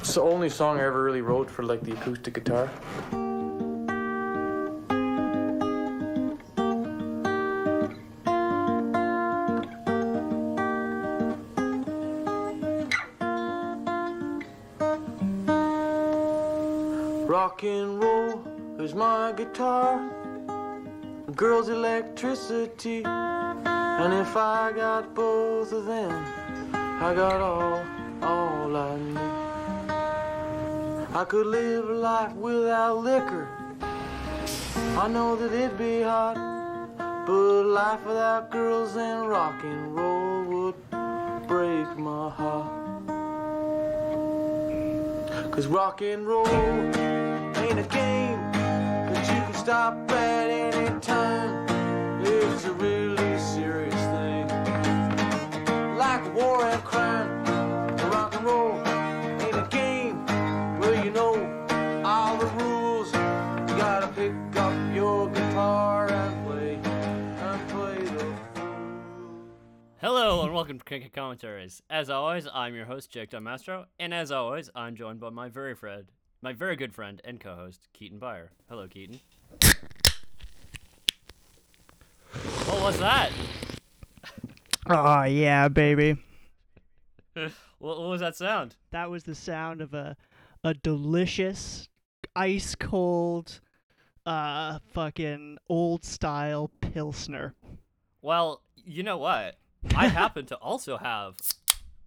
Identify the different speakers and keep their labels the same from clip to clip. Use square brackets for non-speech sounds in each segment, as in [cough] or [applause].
Speaker 1: the only song I ever really wrote for like the acoustic guitar. Rock and roll is my guitar, girls' electricity, and if I got both of them, I got all, all I need. I could live life without liquor. I know that it'd be hard, but life without girls and rock and roll would break my heart. Cause rock and roll ain't a game that you can stop at any time. It's a really serious thing. Like war and crime, rock and roll ain't a game where you know all the rules. You gotta pick up your guitar and play and play the
Speaker 2: Hello and welcome to Cricket Commentaries. As always, I'm your host Jake Mastro, and as always, I'm joined by my very friend, my very good friend and co-host Keaton Byer. Hello, Keaton. what was that?
Speaker 3: Oh yeah, baby.
Speaker 2: What, what was that sound?
Speaker 3: That was the sound of a a delicious ice cold uh fucking old style pilsner.
Speaker 2: Well, you know what?
Speaker 3: [laughs]
Speaker 2: I happen to also have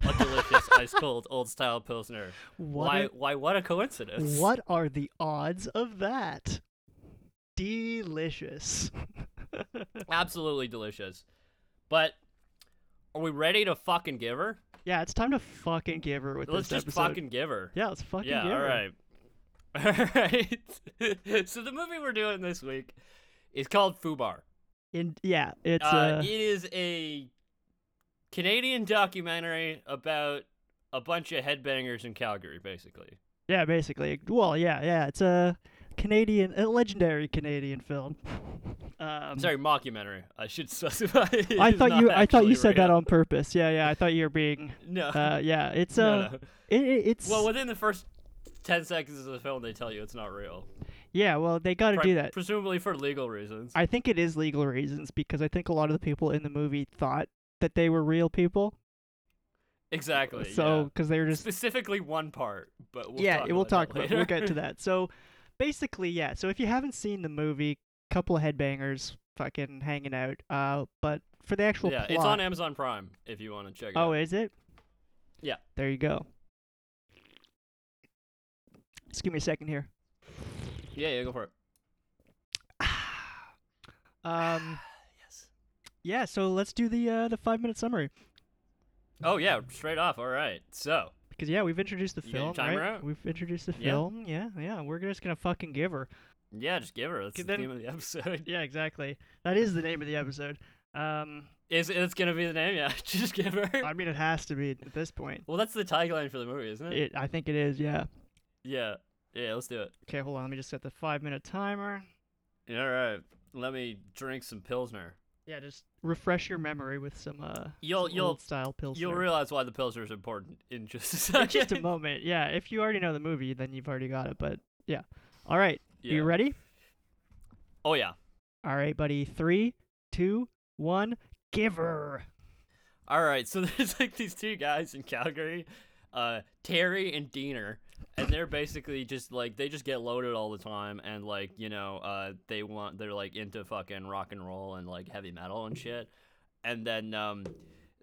Speaker 2: a delicious ice cold old style pilsner.
Speaker 3: What
Speaker 2: why?
Speaker 3: a-
Speaker 2: why? What a coincidence!
Speaker 3: What are the odds of that? Delicious. [laughs]
Speaker 2: Absolutely delicious. But are we ready to fucking give her?
Speaker 3: Yeah, it's time to fucking give her with
Speaker 2: Let's
Speaker 3: this
Speaker 2: just
Speaker 3: episode.
Speaker 2: fucking give her.
Speaker 3: Yeah, let's fucking
Speaker 2: yeah,
Speaker 3: give her.
Speaker 2: all [laughs] right. All right. [laughs] so the movie we're doing this week is called Fubar.
Speaker 3: In, yeah, it's
Speaker 2: Uh,
Speaker 3: uh,
Speaker 2: it is a Canadian documentary about a bunch of headbangers in Calgary, basically.
Speaker 3: yeah, basically. Well, yeah, yeah, it's a Canadian, a legendary Canadian film. [laughs] Um,
Speaker 2: Sorry, mockumentary. I should [laughs] specify. it
Speaker 3: I
Speaker 2: is
Speaker 3: thought
Speaker 2: not
Speaker 3: you. I thought
Speaker 2: actually
Speaker 3: you said that
Speaker 2: real.
Speaker 3: on purpose. Yeah, yeah. I thought you
Speaker 2: [laughs]
Speaker 3: were being.
Speaker 2: No.
Speaker 3: Uh, yeah. It's
Speaker 2: No,
Speaker 3: uh,
Speaker 2: no.
Speaker 3: It, it- it's.
Speaker 2: Well, within the first ten seconds of the film, they tell you it's not real.
Speaker 3: yeah. Well, they got to
Speaker 2: Pre-
Speaker 3: do that.
Speaker 2: Presumably for legal reasons.
Speaker 3: I think it is legal reasons because I think a lot of the people in the movie thought that they were real people.
Speaker 2: exactly.
Speaker 3: so
Speaker 2: Uh, yeah.
Speaker 3: because they were just.
Speaker 2: specifically one part, but [laughs] we'll
Speaker 3: yeah,
Speaker 2: talk
Speaker 3: we'll
Speaker 2: about that
Speaker 3: talk about. We'll
Speaker 2: later.
Speaker 3: get to that. So, basically, yeah. So if you haven't seen the movie, couple of headbangers fucking hanging out. Uh, but for the actual
Speaker 2: yeah,
Speaker 3: plot.
Speaker 2: it's on Amazon Prime if you want to check it.
Speaker 3: Oh,
Speaker 2: out.
Speaker 3: is it?
Speaker 2: Yeah.
Speaker 3: There you go. Just give me a second here.
Speaker 2: yeah, yeah, go for it.
Speaker 3: Um,
Speaker 2: Yes.
Speaker 3: yeah, so let's do the uh, the five minute summary
Speaker 2: Oh yeah, straight off. All right. So
Speaker 3: because yeah, we've introduced the
Speaker 2: You got your
Speaker 3: film,
Speaker 2: timer
Speaker 3: right?
Speaker 2: out?
Speaker 3: We've introduced the
Speaker 2: Yeah.
Speaker 3: film. Yeah, yeah. We're just gonna fucking give her.
Speaker 2: yeah, just give her. That's
Speaker 3: Okay,
Speaker 2: the
Speaker 3: then-
Speaker 2: name of the [laughs] episode.
Speaker 3: Yeah, exactly. That is the name of the episode. Um,
Speaker 2: Is it's gonna be the name? Yeah, [laughs] just give her.
Speaker 3: I mean, it has to be at this point.
Speaker 2: Well, that's the tagline for the movie, isn't it?
Speaker 3: It, I think it is. Yeah.
Speaker 2: Yeah. Yeah. Let's do it.
Speaker 3: Okay, hold on. Let me just set the five minute timer.
Speaker 2: All right. Let me drink some pilsner.
Speaker 3: Yeah, just refresh your memory with some uh,
Speaker 2: You'll-
Speaker 3: some
Speaker 2: you'll-
Speaker 3: old style pilsner.
Speaker 2: You'll realize why the pilsner is important in just a
Speaker 3: In
Speaker 2: second. [laughs]
Speaker 3: just a moment. Yeah, if you already know the movie, then you've already got it. But yeah. All right,
Speaker 2: yeah.
Speaker 3: you ready?
Speaker 2: Oh yeah.
Speaker 3: All right, buddy. Three, two, one. Give her.
Speaker 2: All right, so [laughs] there's like these two guys in Calgary, uh, Terry and Diener, and they're basically just like they just get loaded all the time, and like you know, uh, they want they're like into fucking rock and roll and like heavy metal and shit, and then um,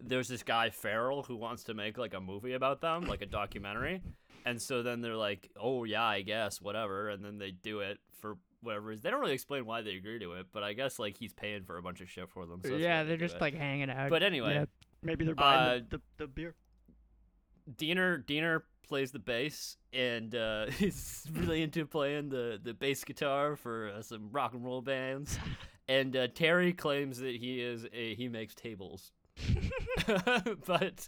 Speaker 2: there's this guy Farrell who wants to make like a movie about them, like a documentary, and so then they're like, oh yeah, I guess whatever, and then they do it for whatever. reason. They don't really explain why they agree to it, but I guess like he's paying for a bunch of shit for them. So that's why
Speaker 3: yeah,
Speaker 2: they
Speaker 3: they're
Speaker 2: do
Speaker 3: just
Speaker 2: it.
Speaker 3: like hanging out.
Speaker 2: But anyway,
Speaker 3: yeah, maybe they're buying
Speaker 2: uh,
Speaker 3: the, the, the beer.
Speaker 2: Diener Diener plays the bass, and uh, [laughs] he's really into playing the, the bass guitar for uh, some rock and roll bands. And uh, Terry claims that he is a, he makes tables, [laughs] but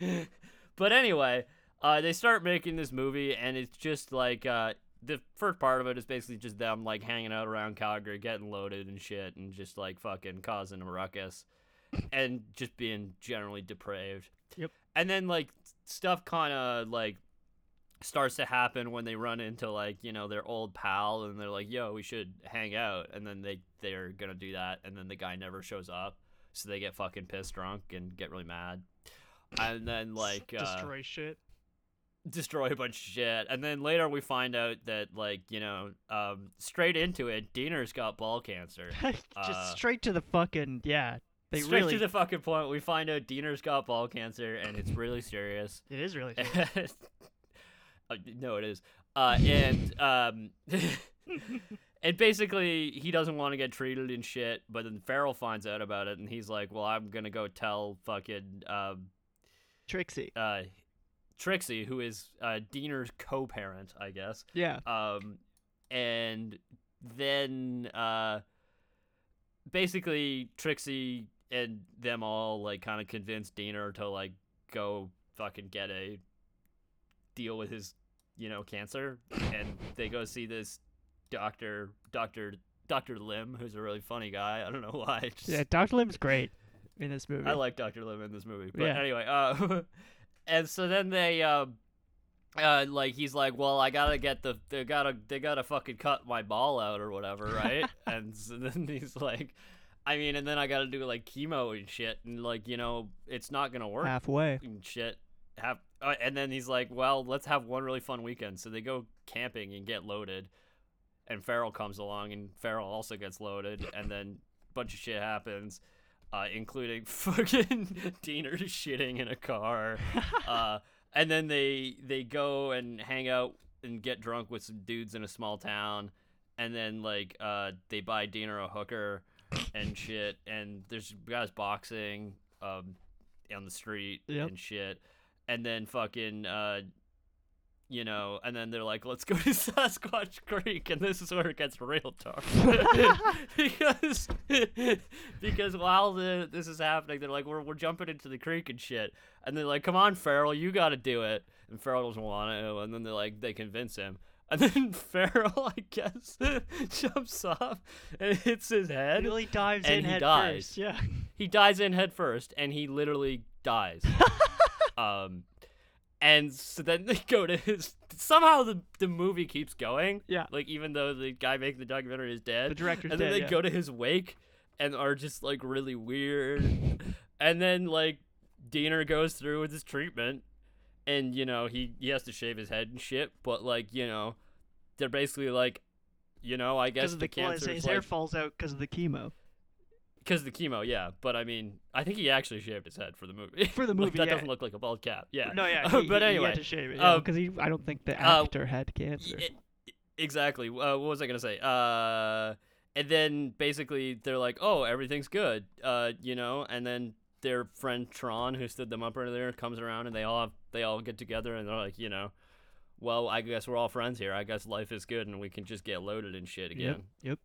Speaker 2: [laughs] but anyway, uh, they start making this movie, and it's just like uh, the first part of it is basically just them like hanging out around Calgary, getting loaded and shit, and just like fucking causing a ruckus, and just being generally depraved.
Speaker 3: Yep.
Speaker 2: And then like stuff kind of like starts to happen when they run into like you know their old pal and they're like yo we should hang out and then they they're gonna do that and then the guy never shows up so they get fucking pissed drunk and get really mad and then like uh, [laughs]
Speaker 3: destroy shit.
Speaker 2: destroy a bunch of shit. And then later we find out that, like, you know, um, straight into it, Diener's got ball cancer.
Speaker 3: [laughs] Just
Speaker 2: uh,
Speaker 3: straight to the fucking yeah. They
Speaker 2: straight
Speaker 3: really
Speaker 2: to the fucking point, we find out Diener's got ball cancer and it's really serious.
Speaker 3: [laughs]
Speaker 2: [laughs]
Speaker 3: it is really [laughs] serious.
Speaker 2: Uh, no, it is. Uh, and um, [laughs] and basically, he doesn't want to get treated and shit. But then Farrell finds out about it, and he's like, "Well, I'm gonna go tell fucking um,
Speaker 3: Trixie.
Speaker 2: uh, Trixie, who is uh, Diener's co-parent, I guess.
Speaker 3: Yeah.
Speaker 2: Um, and then uh, basically Trixie and them all like kind of convince Diener to like go fucking get a deal with his you know cancer, and they go see this doctor, doctor, doctor Lim, who's a really funny guy. I don't know [laughs] why. I just-
Speaker 3: Yeah, Dr. Lim's great in this movie.
Speaker 2: I like Doctor Lim in this movie, but
Speaker 3: Yeah.
Speaker 2: anyway, uh, [laughs] and so then they, um, uh, like he's like, well, I gotta get the, they gotta, they gotta fucking cut my ball out or whatever,
Speaker 3: [laughs]
Speaker 2: right? and so [laughs] then he's like, I mean, and then I gotta do like chemo and shit, and like you know, it's not gonna work
Speaker 3: halfway.
Speaker 2: and shit. Have uh, and then he's like, well, let's have one really fun weekend. So they go camping and get loaded, and Farrell comes along, and Farrell also gets loaded, and then bunch of shit happens, uh, including [laughs] fucking Diener [laughs] shitting in a car, uh, and then they they go and hang out and get drunk with some dudes in a small town, and then like uh, they buy Diener a hooker and shit, and there's guys boxing um, on the street
Speaker 3: Yep.
Speaker 2: and shit, and then fucking. Uh, you know, and then they're like, let's go to [laughs] Sasquatch Creek, and this is where it gets real dark. [laughs] because [laughs] because while the, this is happening, they're like, we're, we're jumping into the creek and shit. And they're like, come on, Farrell, you gotta do it. And Farrell doesn't want to, and then they're like, they convince him. [laughs] And then Farrell, I guess, [laughs] jumps off and hits his head.
Speaker 3: Really dives
Speaker 2: And
Speaker 3: in
Speaker 2: he
Speaker 3: head
Speaker 2: dies.
Speaker 3: first. Yeah.
Speaker 2: He dives in head first, and he literally dies.
Speaker 3: [laughs]
Speaker 2: um, and so then they go to his. Somehow the the movie keeps going.
Speaker 3: Yeah.
Speaker 2: Like even though the guy making the documentary is dead,
Speaker 3: [laughs] The director's
Speaker 2: and then
Speaker 3: dead,
Speaker 2: they
Speaker 3: yeah.
Speaker 2: go to his wake, and are just like really weird. [laughs] and then like Diener goes through with his treatment, and you know he he has to shave his head and shit. But like you know, they're basically like, you know, I guess the,
Speaker 3: Because of the well, his,
Speaker 2: cancer
Speaker 3: his
Speaker 2: is
Speaker 3: hair
Speaker 2: like,
Speaker 3: falls out because of the chemo.
Speaker 2: because of the chemo, yeah. But I mean, I think he actually shaved his head for the movie.
Speaker 3: For
Speaker 2: [laughs]
Speaker 3: the
Speaker 2: Like,
Speaker 3: movie,
Speaker 2: that
Speaker 3: yeah.
Speaker 2: doesn't look like a bald cap. [laughs] Yeah. [laughs]
Speaker 3: No, yeah.
Speaker 2: Uh,
Speaker 3: he-
Speaker 2: but
Speaker 3: he- he
Speaker 2: anyway,
Speaker 3: had to shave it
Speaker 2: um,
Speaker 3: because he. I don't think the
Speaker 2: uh,
Speaker 3: actor had cancer.
Speaker 2: y- exactly. Uh, what was I gonna say? Uh, and then basically they're like, "Oh, everything's good," uh, you know. And then their friend Tron, who stood them up earlier, comes around, and they all have, they all get together, and they're like, you know, well, I guess we're all friends here. I guess life is good, and we can just get loaded and shit again. [laughs]
Speaker 3: Yep. Yep.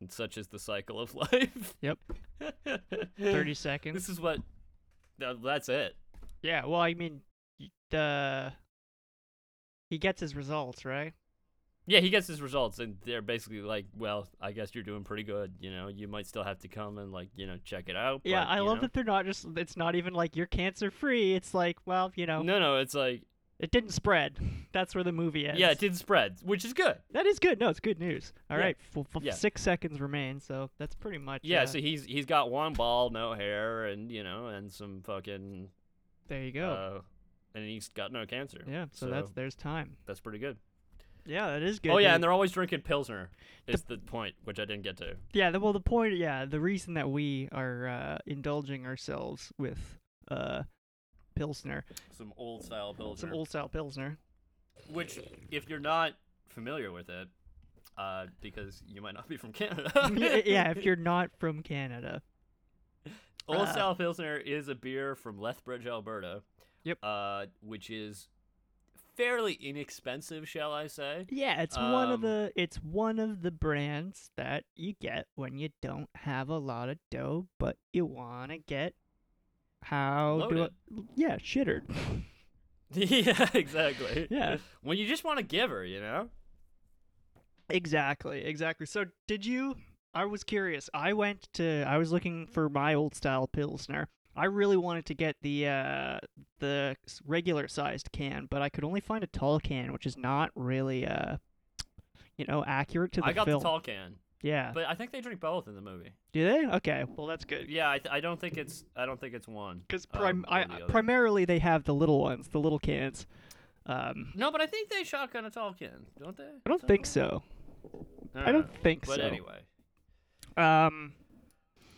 Speaker 2: And such is the cycle of [laughs] life.
Speaker 3: Yep. Thirty seconds.
Speaker 2: This is what. th- That's it.
Speaker 3: Yeah, well, I mean, y- the he gets his results, right?
Speaker 2: Yeah, he gets his results, and they're basically like, "Well, I guess you're doing pretty good. You know, you might still have to come and like, you know, check it out."
Speaker 3: yeah,
Speaker 2: but,
Speaker 3: I
Speaker 2: you
Speaker 3: love
Speaker 2: know."
Speaker 3: that they're not just. It's not even like you're cancer free. It's like, well, you know,
Speaker 2: No, no, it's like,
Speaker 3: it didn't spread. That's where the movie ends.
Speaker 2: yeah, it did spread, which is good.
Speaker 3: that is good. No, it's good news. All
Speaker 2: Yeah.
Speaker 3: right, f- f-
Speaker 2: Yeah.
Speaker 3: six seconds remain, so that's pretty much.
Speaker 2: Yeah,
Speaker 3: uh,
Speaker 2: so he's he's got one ball, no hair, and you know, and some fucking,
Speaker 3: there you go.
Speaker 2: uh, and he's got no cancer.
Speaker 3: yeah, so, that's there's time.
Speaker 2: that's pretty good.
Speaker 3: Yeah, that is good.
Speaker 2: oh yeah,
Speaker 3: news.
Speaker 2: and they're always drinking pilsner. Is the point which I didn't get to.
Speaker 3: Yeah, the, well, the point, yeah, the reason that we are uh, indulging ourselves with uh, Pilsner,
Speaker 2: Some old style pilsner.
Speaker 3: some old style Pilsner.
Speaker 2: Which, if you're not familiar with it, uh, because you might not be from Canada.
Speaker 3: Y- [laughs] yeah, if you're not from Canada.
Speaker 2: Old
Speaker 3: Uh,
Speaker 2: Style Pilsner is a beer from Lethbridge, Alberta.
Speaker 3: Yep.
Speaker 2: Uh, which is fairly inexpensive, shall I
Speaker 3: [laughs]
Speaker 2: say?
Speaker 3: Yeah, it's one of
Speaker 2: Um,
Speaker 3: the it's one of the brands that you get when you don't have a lot of dough, but you want to get how
Speaker 2: Loaded.
Speaker 3: do I, yeah shittered.
Speaker 2: yeah, exactly.
Speaker 3: Yeah.
Speaker 2: When you just want to give her, you know?
Speaker 3: Exactly, exactly. So did you? I was curious. I went to I was looking for my old style pilsner, I really wanted to get the uh, the s- regular sized can, but I could only find a tall can, which is not really uh, you know accurate to the
Speaker 2: I got
Speaker 3: film.
Speaker 2: the tall can,
Speaker 3: yeah.
Speaker 2: but I think they drink both in the movie.
Speaker 3: Do they? Okay. Well, that's good.
Speaker 2: Yeah, I, th- I don't think it's I don't think it's one.
Speaker 3: Because
Speaker 2: um,
Speaker 3: prim-
Speaker 2: or
Speaker 3: I,
Speaker 2: the other.
Speaker 3: primarily they have the little ones, the little cans. Um,
Speaker 2: no, but I think they shotgun a tall can, don't they?
Speaker 3: I don't think so. I
Speaker 2: know.
Speaker 3: don't think
Speaker 2: Uh, But
Speaker 3: so.
Speaker 2: anyway,
Speaker 3: Um,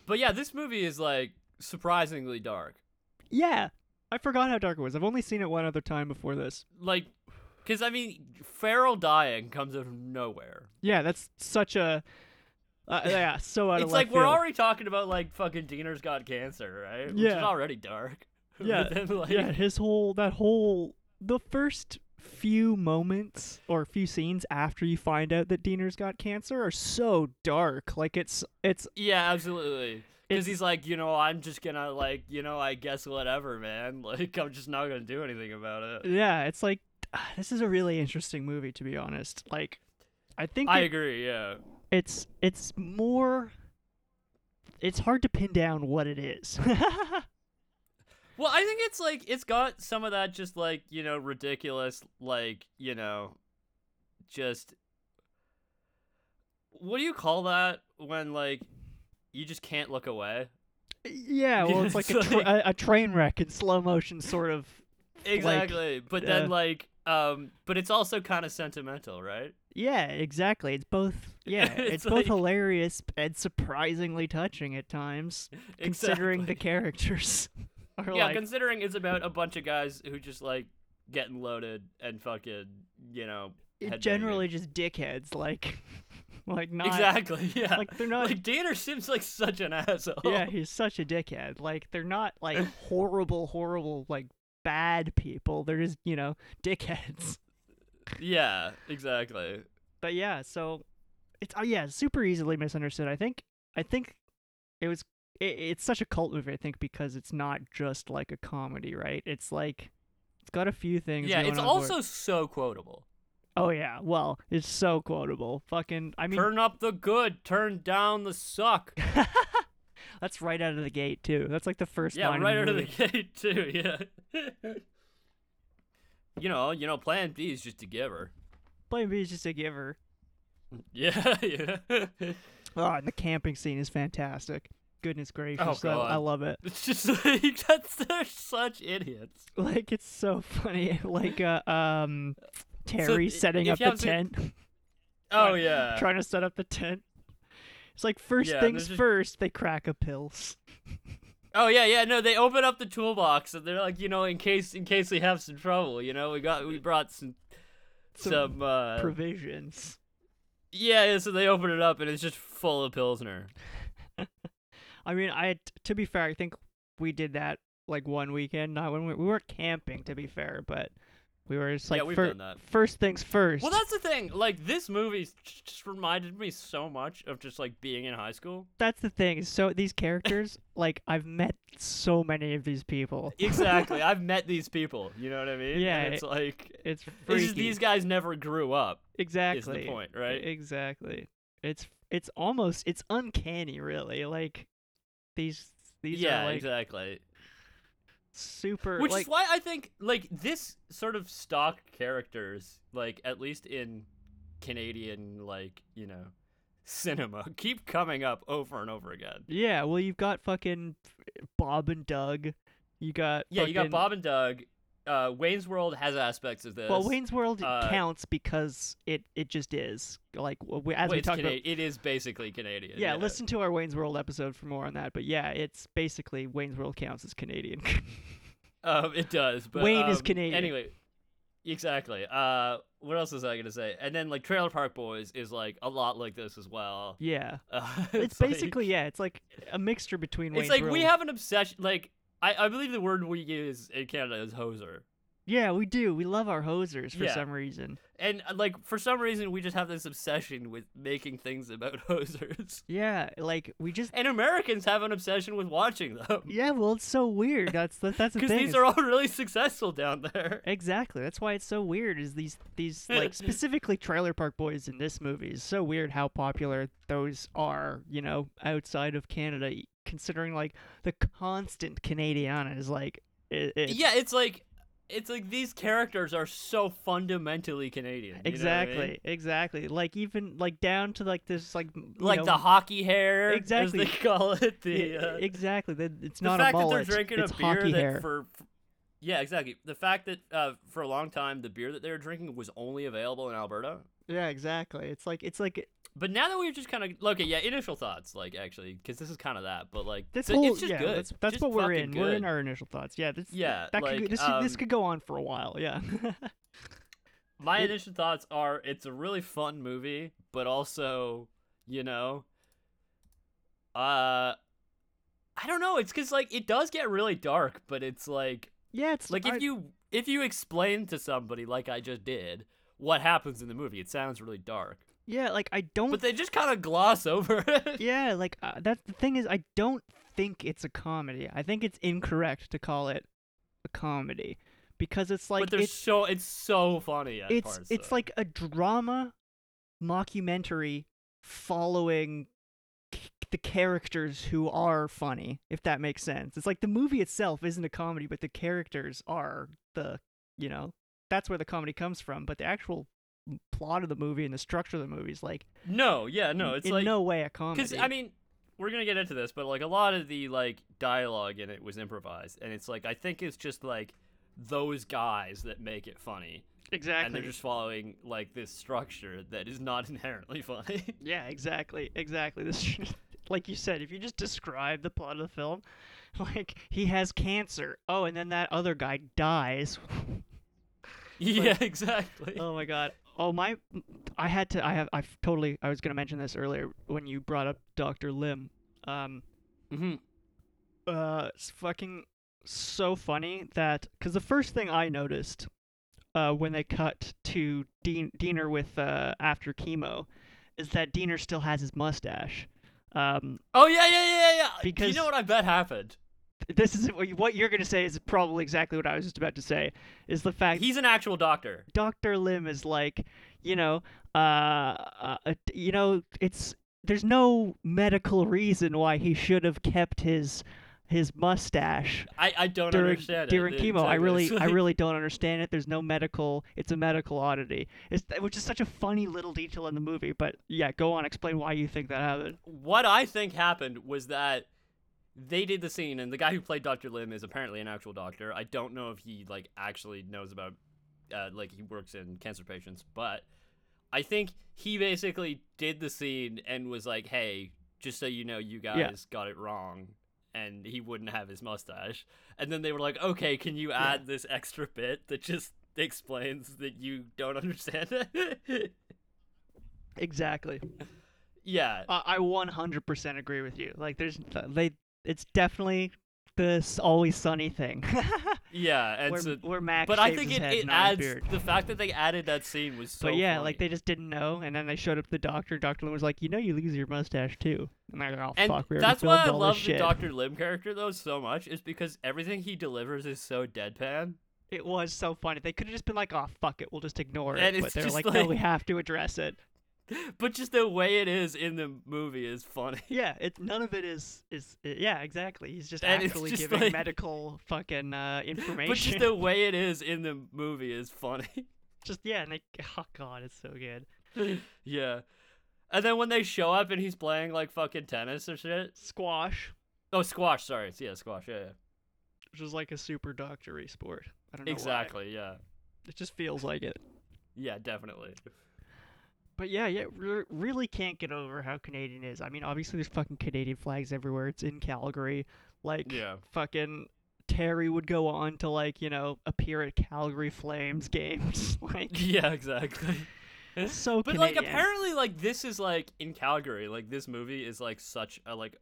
Speaker 2: but yeah, this movie is like surprisingly dark.
Speaker 3: yeah. I forgot how dark it was. I've only seen it one other time before this.
Speaker 2: Like, because I mean, Farrell dying comes out of nowhere.
Speaker 3: Yeah, that's such a.
Speaker 2: [laughs]
Speaker 3: Uh, yeah, so out of
Speaker 2: it's like
Speaker 3: left
Speaker 2: we're
Speaker 3: field.
Speaker 2: already talking about like fucking Diener's got cancer, right? Which is
Speaker 3: Yeah.
Speaker 2: already dark. [laughs] But
Speaker 3: Yeah,
Speaker 2: then, like,
Speaker 3: yeah, his whole that whole the first few moments or few scenes after you find out that Diener's got cancer are so dark. Like it's it's
Speaker 2: Yeah, absolutely.
Speaker 3: It's-
Speaker 2: Because he's like, you know, I'm just gonna like, you know, I guess whatever, man. [laughs] Like, I'm just not gonna do anything about
Speaker 3: [laughs]
Speaker 2: it.
Speaker 3: yeah, it's like [sighs] ah, this is a really interesting movie to be honest. Like I think
Speaker 2: I
Speaker 3: it-
Speaker 2: agree. Yeah.
Speaker 3: it's it's more it's hard to pin down what it is. [laughs]
Speaker 2: Well, I think it's like it's got some of that just like you know ridiculous, like you know, just what do you call that when like you just can't look away?
Speaker 3: yeah, well,
Speaker 2: [laughs]
Speaker 3: it's like a,
Speaker 2: It's
Speaker 3: tra-
Speaker 2: like-
Speaker 3: a, a train wreck in slow motion, sort of.
Speaker 2: Exactly. but then
Speaker 3: yeah.
Speaker 2: like, um, but it's also kind of sentimental, right? [laughs]
Speaker 3: Yeah, exactly. It's both. Yeah, it's,
Speaker 2: It's
Speaker 3: both
Speaker 2: like-
Speaker 3: hilarious and surprisingly touching at times, considering the
Speaker 2: Exactly.
Speaker 3: characters [laughs] are
Speaker 2: yeah,
Speaker 3: like.
Speaker 2: considering it's about a bunch of guys who just like getting loaded and fucking, you know, headbanging.
Speaker 3: generally just dickheads, like, [laughs] like not
Speaker 2: exactly, [laughs] yeah.
Speaker 3: like they're not.
Speaker 2: Like Danner seems like such an [laughs] asshole.
Speaker 3: yeah, he's such a dickhead. Like they're not
Speaker 2: [laughs]
Speaker 3: like horrible, horrible, like bad people. They're just you know [laughs] dickheads.
Speaker 2: yeah, exactly.
Speaker 3: But yeah, so it's uh, yeah, super easily misunderstood. I think I think it was it, it's such a cult movie. I think because it's not just like a comedy, right? It's like it's got a few things.
Speaker 2: Yeah,
Speaker 3: going
Speaker 2: it's
Speaker 3: on for it.
Speaker 2: also so quotable.
Speaker 3: oh yeah, well, it's so quotable. Fucking, I mean,
Speaker 2: turn up the good, turn down the
Speaker 3: [laughs]
Speaker 2: suck.
Speaker 3: that's right out of the gate too. That's like the first
Speaker 2: yeah,
Speaker 3: line
Speaker 2: right
Speaker 3: of
Speaker 2: out
Speaker 3: the
Speaker 2: of the
Speaker 3: movie.
Speaker 2: gate [laughs] too. Yeah. [laughs] you know, you know, Plan B is just a giver. [laughs]
Speaker 3: Plan B is just a giver.
Speaker 2: Yeah, yeah. [laughs]
Speaker 3: Oh, and the camping scene is fantastic. Goodness gracious, I-
Speaker 2: Oh, God.
Speaker 3: I, love it. [laughs]
Speaker 2: It's just like that's they're such idiots.
Speaker 3: Like it's so funny. [laughs] Like uh, um, Terry
Speaker 2: i-
Speaker 3: setting
Speaker 2: if
Speaker 3: up
Speaker 2: you
Speaker 3: the
Speaker 2: haven't seen-
Speaker 3: tent. [laughs]
Speaker 2: Oh
Speaker 3: Try-
Speaker 2: yeah.
Speaker 3: trying to set up the tent. It's like first
Speaker 2: Yeah,
Speaker 3: things
Speaker 2: there's just-
Speaker 3: first, they crack a pills.
Speaker 2: Oh yeah, yeah. No, they open up the toolbox and they're like, you know, in case in case we have some trouble, you know, we got we brought some
Speaker 3: Some
Speaker 2: some, uh
Speaker 3: Provisions.
Speaker 2: yeah, yeah. So they open it up and it's just full of pilsner.
Speaker 3: I mean, I to be fair, I think we did that like one weekend. Not when we, we weren't camping, to be fair, but we were just like
Speaker 2: Yeah, we've
Speaker 3: fir-
Speaker 2: done that.
Speaker 3: first things first.
Speaker 2: Well, that's the thing. Like this movie s- just reminded me so much of just like being in high school.
Speaker 3: that's the thing. is So
Speaker 2: [laughs]
Speaker 3: these characters, like I've met so many of these people. [laughs]
Speaker 2: Exactly. I've met these people. You know what I mean? And
Speaker 3: Yeah,
Speaker 2: it's like
Speaker 3: It's
Speaker 2: it's
Speaker 3: freaky.
Speaker 2: just these guys never grew up. Is
Speaker 3: exactly
Speaker 2: the point, right?
Speaker 3: Exactly. It's it's almost it's uncanny, really. Like these these
Speaker 2: yeah,
Speaker 3: are like
Speaker 2: exactly.
Speaker 3: super
Speaker 2: Which
Speaker 3: like
Speaker 2: is why I think like this sort of stock characters, like at least in Canadian, like you know, [laughs] cinema, keep coming up over and over again.
Speaker 3: Yeah, well, you've got fucking Bob and Doug. You got
Speaker 2: Yeah, you got
Speaker 3: fucking-
Speaker 2: Bob and Doug. Uh, Wayne's World has aspects of this.
Speaker 3: Well, Wayne's World
Speaker 2: uh,
Speaker 3: counts because it it just is like w- we, as
Speaker 2: Well,
Speaker 3: we
Speaker 2: it's
Speaker 3: talked
Speaker 2: Cana-
Speaker 3: about.
Speaker 2: it is basically Canadian.
Speaker 3: Yeah, listen to our Wayne's World episode for more on that. But yeah, it's basically Wayne's World counts as Canadian. [laughs]
Speaker 2: Um, it does. But,
Speaker 3: Wayne is
Speaker 2: um,
Speaker 3: Canadian.
Speaker 2: Anyway, exactly. Uh, what else was I gonna say? And then like Trailer Park Boys is like a lot like this as well.
Speaker 3: yeah,
Speaker 2: [laughs] Uh,
Speaker 3: it's,
Speaker 2: like-
Speaker 3: basically yeah, it's like a mixture between.
Speaker 2: It's
Speaker 3: Wayne's
Speaker 2: like
Speaker 3: World.
Speaker 2: we have an obsession. Like I, I believe the word we use in Canada is hoser.
Speaker 3: Yeah, we do. We love our hosers for
Speaker 2: Yeah.
Speaker 3: some reason.
Speaker 2: And uh, like for some reason, we just have this obsession with making things about [laughs] hosers.
Speaker 3: Yeah, like we just.
Speaker 2: And Americans have an obsession with watching them
Speaker 3: Yeah, well, it's so weird. That's
Speaker 2: [laughs]
Speaker 3: that, that's the
Speaker 2: because
Speaker 3: thing.
Speaker 2: these
Speaker 3: is-
Speaker 2: are all really successful down
Speaker 3: [laughs]
Speaker 2: there.
Speaker 3: Exactly. That's why it's so weird. Is these
Speaker 2: [laughs]
Speaker 3: these like specifically Trailer Park Boys in this movie is so weird how popular those are. You know, outside of Canada, y- considering like the constant Canadiana is like. It, it's,
Speaker 2: yeah, it's like it's like these characters are so fundamentally Canadian. you know what I mean?
Speaker 3: Exactly. Exactly. Like even like down to like this like m- you
Speaker 2: Like
Speaker 3: know,
Speaker 2: the hockey hair,
Speaker 3: Exactly.
Speaker 2: as they call it.
Speaker 3: i-
Speaker 2: The,
Speaker 3: i-
Speaker 2: uh,
Speaker 3: exactly. That it's
Speaker 2: the
Speaker 3: not
Speaker 2: fact
Speaker 3: a
Speaker 2: that
Speaker 3: mullet.
Speaker 2: they're drinking
Speaker 3: it's
Speaker 2: a beer
Speaker 3: hockey
Speaker 2: that
Speaker 3: hair.
Speaker 2: for f- yeah, exactly. The fact that uh, for a long time the beer that they were drinking was only available in Alberta.
Speaker 3: Yeah. Exactly. It's like it's like
Speaker 2: But now that we're just kind of okay, yeah. Initial thoughts, like actually, because this is kind of that. But like,
Speaker 3: This
Speaker 2: so
Speaker 3: whole
Speaker 2: it's just
Speaker 3: yeah,
Speaker 2: good.
Speaker 3: that's, that's
Speaker 2: Just
Speaker 3: what we're
Speaker 2: fucking
Speaker 3: in. We're in
Speaker 2: good.
Speaker 3: our initial thoughts. Yeah, this,
Speaker 2: Yeah,
Speaker 3: that could,
Speaker 2: like,
Speaker 3: go- this could- this
Speaker 2: um,
Speaker 3: could go on for a while. Yeah, [laughs]
Speaker 2: My
Speaker 3: It-
Speaker 2: initial thoughts are it's a really fun movie, but also, you know, uh I don't know, it's cuz like it does get really dark, but it's like
Speaker 3: yeah. It's
Speaker 2: like
Speaker 3: I-
Speaker 2: if you if you explain to somebody like I just did what happens in the movie, it sounds really dark.
Speaker 3: yeah, like I don't.
Speaker 2: But they just kind of gloss over [laughs] it.
Speaker 3: [laughs] yeah, like uh, that's the thing is I don't think it's a comedy. I think it's incorrect to call it a comedy because it's like
Speaker 2: but there's
Speaker 3: it's
Speaker 2: so it's so funny at
Speaker 3: it's
Speaker 2: parts,
Speaker 3: it's
Speaker 2: though.
Speaker 3: like a drama mockumentary following c- the characters who are funny if that makes sense it's like the movie itself isn't a comedy but the characters are the you know that's where the comedy comes from but the actual m- plot of the movie and the structure of the movie is like
Speaker 2: No, yeah, no,
Speaker 3: n-
Speaker 2: it's
Speaker 3: in
Speaker 2: like
Speaker 3: no way a comedy
Speaker 2: I mean, we're gonna get into this, but like a lot of the like dialogue in it was improvised, and it's like I think it's just like those guys that make it funny, and
Speaker 3: exactly
Speaker 2: they're just following like this structure that is not [laughs] inherently funny.
Speaker 3: yeah exactly exactly [laughs] this like you said if you just describe the plot of the film [laughs] like he has cancer oh and then that other guy dies [laughs]
Speaker 2: yeah, exactly.
Speaker 3: Oh my god. Oh my I had to I have I've totally I was going to mention this earlier when you brought up Dr. Lim. Um
Speaker 2: hmm
Speaker 3: uh it's fucking so funny that cuz the first thing I noticed uh when they cut to Dean Diener with uh after chemo is that Diener still has his mustache. Um
Speaker 2: Oh yeah, yeah, yeah, yeah, yeah. Do you
Speaker 3: Because-
Speaker 2: know what I bet happened?
Speaker 3: this is what you're going to say is probably exactly what I was just about to say is the fact
Speaker 2: He's an actual doctor.
Speaker 3: Dr. Lim is like, you know, uh, uh, it- you know, it's there's no medical reason why he should have kept his his mustache
Speaker 2: I, I don't
Speaker 3: during
Speaker 2: understand
Speaker 3: during
Speaker 2: it.
Speaker 3: chemo. I
Speaker 2: Exactly.
Speaker 3: really
Speaker 2: It's
Speaker 3: I
Speaker 2: [laughs] like-
Speaker 3: really don't understand it. There's no medical. It's a medical oddity. It's which is such a funny little detail in the movie. But yeah, go on. Explain why you think that happened.
Speaker 2: what I think happened was that they did the scene, and the guy who played Doctor Lim is apparently an actual doctor. I don't know if he like actually knows about, uh, like he works in cancer patients, but I think he basically did the scene and was like, "Hey, just so you know, you guys got it wrong." And he wouldn't have his mustache. And then they were like, okay, can you add this extra bit that just [laughs] explains that you don't [laughs] understand it? [laughs]
Speaker 3: Exactly.
Speaker 2: yeah.
Speaker 3: I I 100% agree with you. Like there's they. It's definitely this always sunny thing. [laughs]
Speaker 2: Yeah. And
Speaker 3: where,
Speaker 2: so
Speaker 3: where Max
Speaker 2: but I
Speaker 3: shaves
Speaker 2: think
Speaker 3: his
Speaker 2: it,
Speaker 3: head,
Speaker 2: it
Speaker 3: not his
Speaker 2: adds
Speaker 3: beard.
Speaker 2: the fact that they added that scene was so.
Speaker 3: but yeah,
Speaker 2: funny.
Speaker 3: like they just didn't know, and then they showed up to the doctor. Doctor Lim was like, "You know, you lose your mustache too." And they're like, "Oh
Speaker 2: And
Speaker 3: fuck, we already
Speaker 2: that's
Speaker 3: filmed
Speaker 2: why I
Speaker 3: all this
Speaker 2: love the
Speaker 3: shit."
Speaker 2: Doctor Lim character though so much is because everything he delivers is so deadpan. [laughs]
Speaker 3: It was so funny. They could have just been like, "Oh fuck it, we'll just ignore
Speaker 2: And
Speaker 3: it," but
Speaker 2: it's
Speaker 3: they're
Speaker 2: just [laughs]
Speaker 3: like, "No, we
Speaker 2: like-
Speaker 3: have to address it."
Speaker 2: But just the way it is in the movie is funny. [laughs]
Speaker 3: Yeah, it none of it is is it- yeah exactly. He's just
Speaker 2: And it's
Speaker 3: actually
Speaker 2: just
Speaker 3: giving
Speaker 2: like-
Speaker 3: medical fucking uh, information.
Speaker 2: [laughs] But just the way it is in the movie is funny. [laughs]
Speaker 3: [laughs] Just- yeah, and they, oh god, it's so good.
Speaker 2: yeah. And then when they show up and he's playing like fucking tennis or shit.
Speaker 3: Squash,
Speaker 2: Oh, squash, sorry. Yeah, squash. Yeah, yeah.
Speaker 3: which is like a super doctory sport. I don't know why.
Speaker 2: Exactly, yeah.
Speaker 3: It just feels like it.
Speaker 2: Yeah, definitely.
Speaker 3: But yeah, yeah, re- really can't get over how Canadian it is. I mean, obviously there's fucking Canadian flags everywhere. It's in Calgary. Like
Speaker 2: Yeah. [laughs]
Speaker 3: fucking Terry would go on to like, you know, appear at Calgary Flames [laughs] games. like
Speaker 2: Yeah, exactly.
Speaker 3: so
Speaker 2: But like
Speaker 3: Canadian.
Speaker 2: apparently like this is like in Calgary, like this movie is like such a like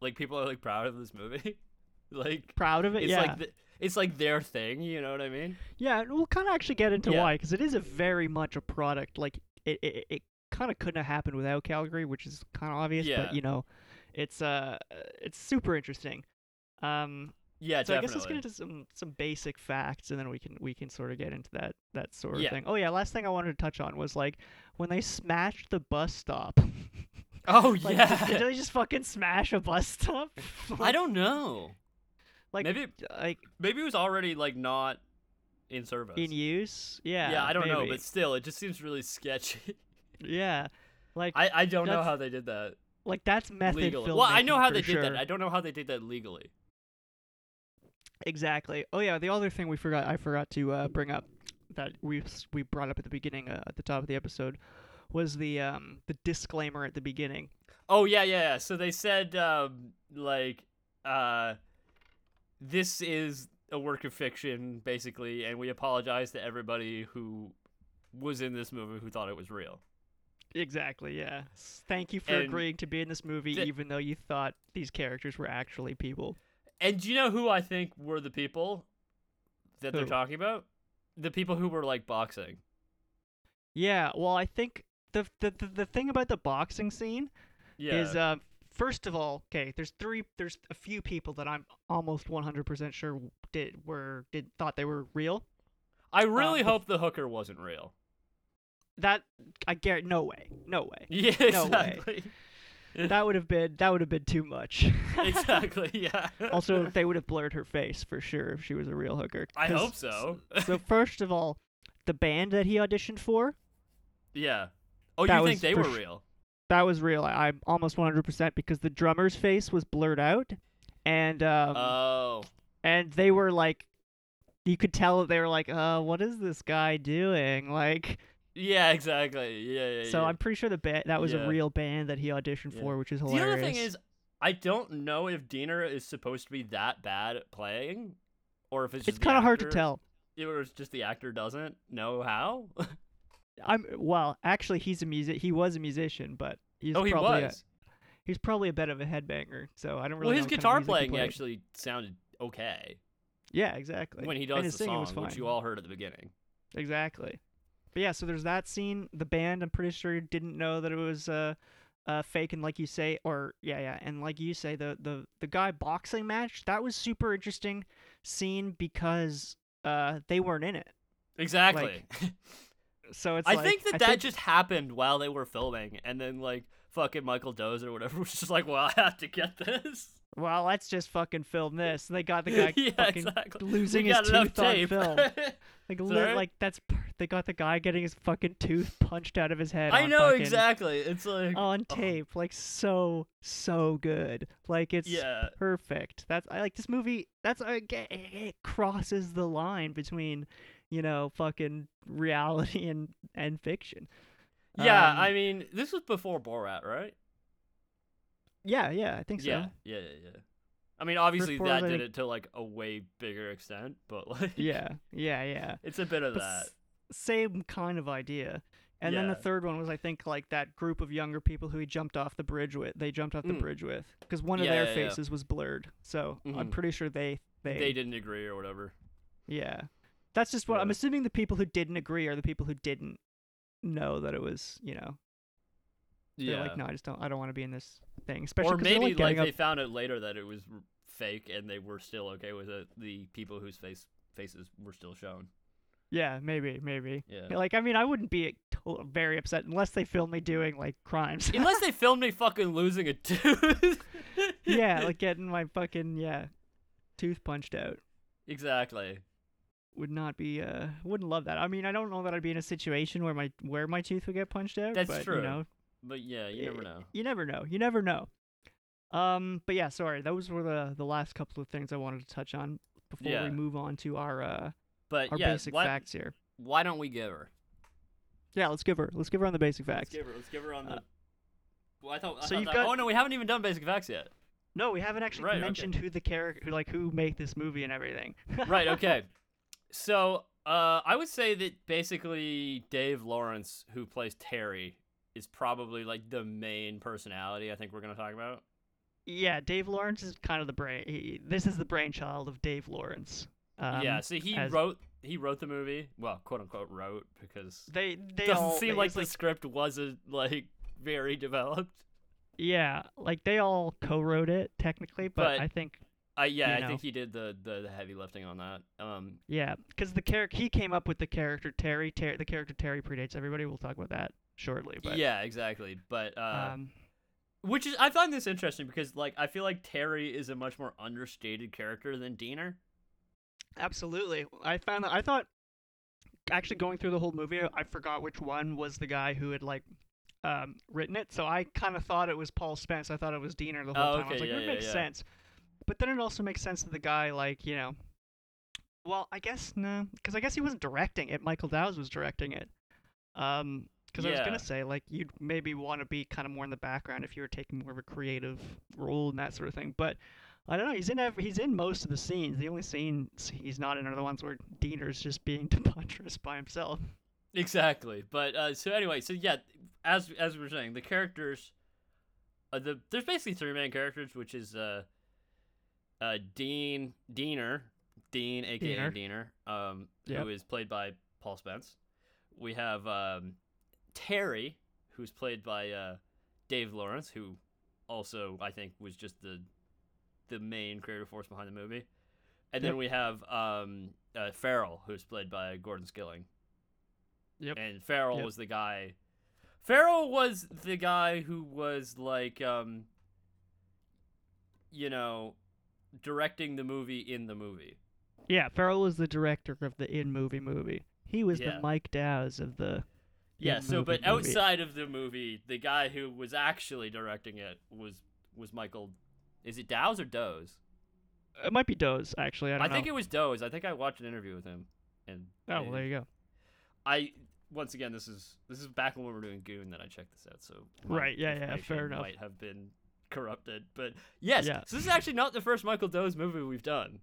Speaker 2: like people are like proud of this movie. [laughs] like
Speaker 3: proud of it.
Speaker 2: it's
Speaker 3: yeah.
Speaker 2: like the, it's like their thing. You know what I mean?
Speaker 3: Yeah, and we'll kind of actually get into why, 'cause
Speaker 2: Yeah.
Speaker 3: why because it is a very much a product. Like it, it, it kind of couldn't have happened without Calgary, which is kind of obvious.
Speaker 2: Yeah.
Speaker 3: But you know, it's uh, it's super interesting. Um,
Speaker 2: Yeah,
Speaker 3: so
Speaker 2: definitely.
Speaker 3: I guess let's get into some some basic facts, and then we can we can sort of get into that that sort of
Speaker 2: Yeah.
Speaker 3: thing. Oh yeah, last thing I wanted to touch on was like when they smashed the bus
Speaker 2: [laughs]
Speaker 3: stop.
Speaker 2: oh
Speaker 3: like,
Speaker 2: yeah.
Speaker 3: did they just fucking smash a bus stop? [laughs]
Speaker 2: I don't know.
Speaker 3: like
Speaker 2: maybe
Speaker 3: like
Speaker 2: maybe it was already like not in service.
Speaker 3: in use. Yeah.
Speaker 2: yeah, I don't know,
Speaker 3: maybe.
Speaker 2: but still, it just seems really sketchy. [laughs]
Speaker 3: yeah, like
Speaker 2: I I don't know
Speaker 3: That's
Speaker 2: how they did that
Speaker 3: like that's method
Speaker 2: legally.
Speaker 3: filmmaking.
Speaker 2: Well, I know how
Speaker 3: for
Speaker 2: they
Speaker 3: sure.
Speaker 2: did that. I don't know how they did that legally.
Speaker 3: Exactly. Oh yeah, the other thing we forgot I forgot to uh, bring up that we s- we brought up at the beginning uh, at the top of the episode was the um the disclaimer at the beginning.
Speaker 2: Oh yeah, yeah. yeah. So they said um, like uh, this is a work of fiction, basically, and we apologize to everybody who was in this movie who thought it was real.
Speaker 3: Exactly. Yeah. S- Thank you for
Speaker 2: And
Speaker 3: agreeing to be in this movie,
Speaker 2: the-
Speaker 3: even though you thought these characters were actually people.
Speaker 2: And do you know who I think were the people that they're
Speaker 3: Who?
Speaker 2: talking about? The people who were like boxing.
Speaker 3: Yeah. Well, I think the the the, the thing about the boxing scene
Speaker 2: Yeah.
Speaker 3: is uh, first of all, okay, there's three, there's a few people that I'm almost 100% sure w- did were did thought they were real.
Speaker 2: I really
Speaker 3: the-
Speaker 2: hope the hooker wasn't real. [laughs]
Speaker 3: That I guarantee, no way, no way.
Speaker 2: Yeah,
Speaker 3: No way.
Speaker 2: exactly.
Speaker 3: That would have been that would have been
Speaker 2: [laughs]
Speaker 3: too much.
Speaker 2: exactly, yeah.
Speaker 3: [laughs] also, they would have blurred her face for sure if she was a real hooker.
Speaker 2: I
Speaker 3: 'Cause-
Speaker 2: hope so. [laughs]
Speaker 3: so first of all, the band that he auditioned for,
Speaker 2: yeah. Oh,
Speaker 3: That
Speaker 2: you
Speaker 3: was
Speaker 2: think they
Speaker 3: for
Speaker 2: were
Speaker 3: sh-
Speaker 2: real?
Speaker 3: that was real. I, I'm almost 100% because the drummer's face was blurred out, and um,
Speaker 2: oh.
Speaker 3: and they were like, you could tell that they were like, uh, what is this guy doing? Like,
Speaker 2: Yeah, exactly. Yeah, yeah.
Speaker 3: so
Speaker 2: yeah.
Speaker 3: I'm pretty sure the ba- that was
Speaker 2: Yeah.
Speaker 3: a real band that he auditioned
Speaker 2: Yeah.
Speaker 3: for, which is
Speaker 2: The
Speaker 3: hilarious.
Speaker 2: other thing is, I don't know if Diener is supposed to be that bad at playing, or if it's just
Speaker 3: it's
Speaker 2: the
Speaker 3: kind of hard to
Speaker 2: actor-
Speaker 3: tell.
Speaker 2: Or it's just the actor doesn't know how. [laughs]
Speaker 3: I'm well, actually, he's a music. He was a musician, but he's
Speaker 2: oh, he
Speaker 3: probably
Speaker 2: was.
Speaker 3: A, he's probably a bit of a headbanger. So I don't really.
Speaker 2: well, his
Speaker 3: know what kind of
Speaker 2: guitar
Speaker 3: music he
Speaker 2: playing
Speaker 3: played.
Speaker 2: actually sounded okay
Speaker 3: Yeah, exactly.
Speaker 2: when he
Speaker 3: and
Speaker 2: does
Speaker 3: his
Speaker 2: the
Speaker 3: singing was
Speaker 2: song, which
Speaker 3: fine.
Speaker 2: you all heard at the beginning.
Speaker 3: Exactly. But yeah, so there's that scene. The band, I'm pretty sure, didn't know that it was uh, uh, fake, and like you say, or yeah, yeah, and like you say, the the the guy boxing match that was super interesting scene because uh they weren't in it.
Speaker 2: Exactly. [laughs]
Speaker 3: So it's
Speaker 2: I
Speaker 3: like,
Speaker 2: think that
Speaker 3: I
Speaker 2: that just happened while they were filming, and then like fucking Michael Doze or whatever [laughs] was just like, "Well, I have to get this."
Speaker 3: well, let's just fucking film this. And they got the guy
Speaker 2: [laughs] yeah,
Speaker 3: fucking
Speaker 2: exactly.
Speaker 3: losing
Speaker 2: we
Speaker 3: his
Speaker 2: got enough
Speaker 3: tooth on
Speaker 2: tape. [laughs]
Speaker 3: film. Like, li-
Speaker 2: Sorry?
Speaker 3: like that's per- they got the guy getting his fucking tooth punched out of his head.
Speaker 2: I
Speaker 3: on
Speaker 2: know
Speaker 3: fucking-
Speaker 2: exactly. It's like
Speaker 3: on
Speaker 2: oh,
Speaker 3: tape like so so good like it's
Speaker 2: Yeah.
Speaker 3: perfect that's i like this movie that's I get- it it crosses the line between you know fucking reality and and fiction
Speaker 2: Yeah,
Speaker 3: Um,
Speaker 2: I mean, this was before Borat, right?
Speaker 3: yeah yeah i think so
Speaker 2: Yeah, yeah, yeah, yeah. I mean, obviously
Speaker 3: Borat,
Speaker 2: that
Speaker 3: I
Speaker 2: did
Speaker 3: think-
Speaker 2: it to like a way bigger extent, but like,
Speaker 3: yeah yeah yeah
Speaker 2: [laughs] it's a bit of
Speaker 3: But
Speaker 2: that.
Speaker 3: s- same kind of idea and then the
Speaker 2: Yeah.
Speaker 3: third one was i think like that group of younger people who he jumped off the bridge with they jumped off the
Speaker 2: Mm.
Speaker 3: bridge with because one of
Speaker 2: Yeah,
Speaker 3: their
Speaker 2: yeah, yeah.
Speaker 3: faces was blurred so i'm
Speaker 2: Mhm.
Speaker 3: pretty sure they they,
Speaker 2: They didn't agree or whatever.
Speaker 3: Yeah. That's just what I'm
Speaker 2: Yeah.
Speaker 3: assuming the people who didn't agree are the people who didn't know that it was, you know, they're
Speaker 2: Yeah,
Speaker 3: like, no, I just don't, I don't want to be in this thing. Especially
Speaker 2: or
Speaker 3: 'cause they're,
Speaker 2: maybe
Speaker 3: like, getting
Speaker 2: they
Speaker 3: up-
Speaker 2: found out later that it was r- fake and they were still okay with it. The people whose face faces were still shown.
Speaker 3: yeah, maybe, maybe.
Speaker 2: Yeah.
Speaker 3: Like, [laughs] I mean, I wouldn't be to- very upset unless they filmed me doing like
Speaker 2: [laughs]
Speaker 3: crimes.
Speaker 2: Unless they filmed me fucking losing a tooth.
Speaker 3: yeah, like getting my fucking yeah tooth punched out.
Speaker 2: [laughs] exactly.
Speaker 3: Would not be, uh, wouldn't love that. I mean, I don't know that I'd be in a situation where my where my tooth would get punched out.
Speaker 2: That's
Speaker 3: but, You
Speaker 2: true.
Speaker 3: know,
Speaker 2: But yeah, you never
Speaker 3: Eh,
Speaker 2: know.
Speaker 3: You never know. You never know. Um, but yeah, sorry. Those were the the last couple of things I wanted to touch on before
Speaker 2: Yeah.
Speaker 3: we move on to our uh
Speaker 2: But
Speaker 3: our
Speaker 2: yeah,
Speaker 3: basic
Speaker 2: why,
Speaker 3: facts here.
Speaker 2: why don't we give her?
Speaker 3: Yeah, let's give her. Let's give her on the basic
Speaker 2: Let's
Speaker 3: facts.
Speaker 2: give her. Let's give her on the.
Speaker 3: Uh,
Speaker 2: well, I thought. I
Speaker 3: so
Speaker 2: thought
Speaker 3: you've
Speaker 2: that-
Speaker 3: got-
Speaker 2: Oh no, we haven't even done basic facts
Speaker 3: [laughs]
Speaker 2: yet.
Speaker 3: No, we haven't actually
Speaker 2: Right, okay.
Speaker 3: mentioned who the character, like who made this movie and everything.
Speaker 2: right. Okay. So uh, I would say that basically Dave Lawrence, who plays Terry, is probably like the main personality. I think we're gonna talk about.
Speaker 3: yeah, Dave Lawrence is kind of the brain. He, this is the brainchild of Dave Lawrence. Um,
Speaker 2: yeah, see, he
Speaker 3: as-
Speaker 2: wrote he wrote the movie. Well, quote unquote wrote because
Speaker 3: They they
Speaker 2: doesn't
Speaker 3: all
Speaker 2: seem
Speaker 3: they-
Speaker 2: like
Speaker 3: it's
Speaker 2: the script wasn't like very developed.
Speaker 3: yeah, like they all co-wrote it technically, but,
Speaker 2: But-
Speaker 3: I think
Speaker 2: Uh, yeah,
Speaker 3: You
Speaker 2: I
Speaker 3: know.
Speaker 2: think he did the, the the heavy lifting on that. Um,
Speaker 3: yeah, because the character he came up with the character Terry. Ter- the character Terry predates everybody. We'll talk about that shortly. But
Speaker 2: yeah, exactly. But uh,
Speaker 3: um,
Speaker 2: which is I find this interesting because like I feel like Terry is a much more understated character than Diener.
Speaker 3: Absolutely. I found that I thought actually going through the whole movie, I forgot which one was the guy who had like um, written it. So I kind of thought it was Paul Spence. I thought it was Diener the whole
Speaker 2: Oh,
Speaker 3: time. I
Speaker 2: okay,
Speaker 3: was like,
Speaker 2: yeah,
Speaker 3: that
Speaker 2: yeah,
Speaker 3: makes
Speaker 2: yeah.
Speaker 3: sense. But then it also makes sense that the guy, like, you know, well, I guess no, because I guess he wasn't directing it. Michael Dowes was directing it. Um, because I was
Speaker 2: Yeah.
Speaker 3: gonna say like you'd maybe want to be kind of more in the background if you were taking more of a creative role and that sort of thing. But I don't know. He's in ev he's in most of the scenes. The only scenes he's not in are the ones where Diener's just being [laughs] debaucherous by himself.
Speaker 2: Exactly. But uh, so anyway, so yeah, as as we were saying, the characters, uh, the there's basically three main characters, which is uh, uh, Dean Deaner, Dean aka
Speaker 3: Diener.
Speaker 2: Deaner, um,
Speaker 3: Yep.
Speaker 2: who is played by Paul Spence. We have um, Terry, who's played by uh, Dave Lawrence, who also I think was just the the main creative force behind the movie. And then
Speaker 3: Yep.
Speaker 2: we have um, uh, Farrell, who's played by Gordon Skilling
Speaker 3: Yep.
Speaker 2: and Farrell
Speaker 3: Yep.
Speaker 2: was the guy. Farrell was the guy who was like, um, you know, directing the movie in the movie.
Speaker 3: Yeah, Farrell was the director of the in movie movie. He was
Speaker 2: Yeah.
Speaker 3: the Mike Dowes of the
Speaker 2: Yeah.
Speaker 3: In
Speaker 2: so,
Speaker 3: movie
Speaker 2: but
Speaker 3: movie.
Speaker 2: outside of the movie, the guy who was actually directing it was was Michael. Is it Dowes or Doze?
Speaker 3: it might be Dowes actually. I don't
Speaker 2: I, think
Speaker 3: know.
Speaker 2: it was Doze. I think I watched an interview with him, and
Speaker 3: oh, well, there you go.
Speaker 2: I once again this is this is back when we were doing Goon that I checked this out. So my
Speaker 3: Right, yeah, yeah,
Speaker 2: information
Speaker 3: fair enough.
Speaker 2: Might have been corrupted, but yes.
Speaker 3: Yeah.
Speaker 2: So this is actually not the first Michael Doe's movie we've done.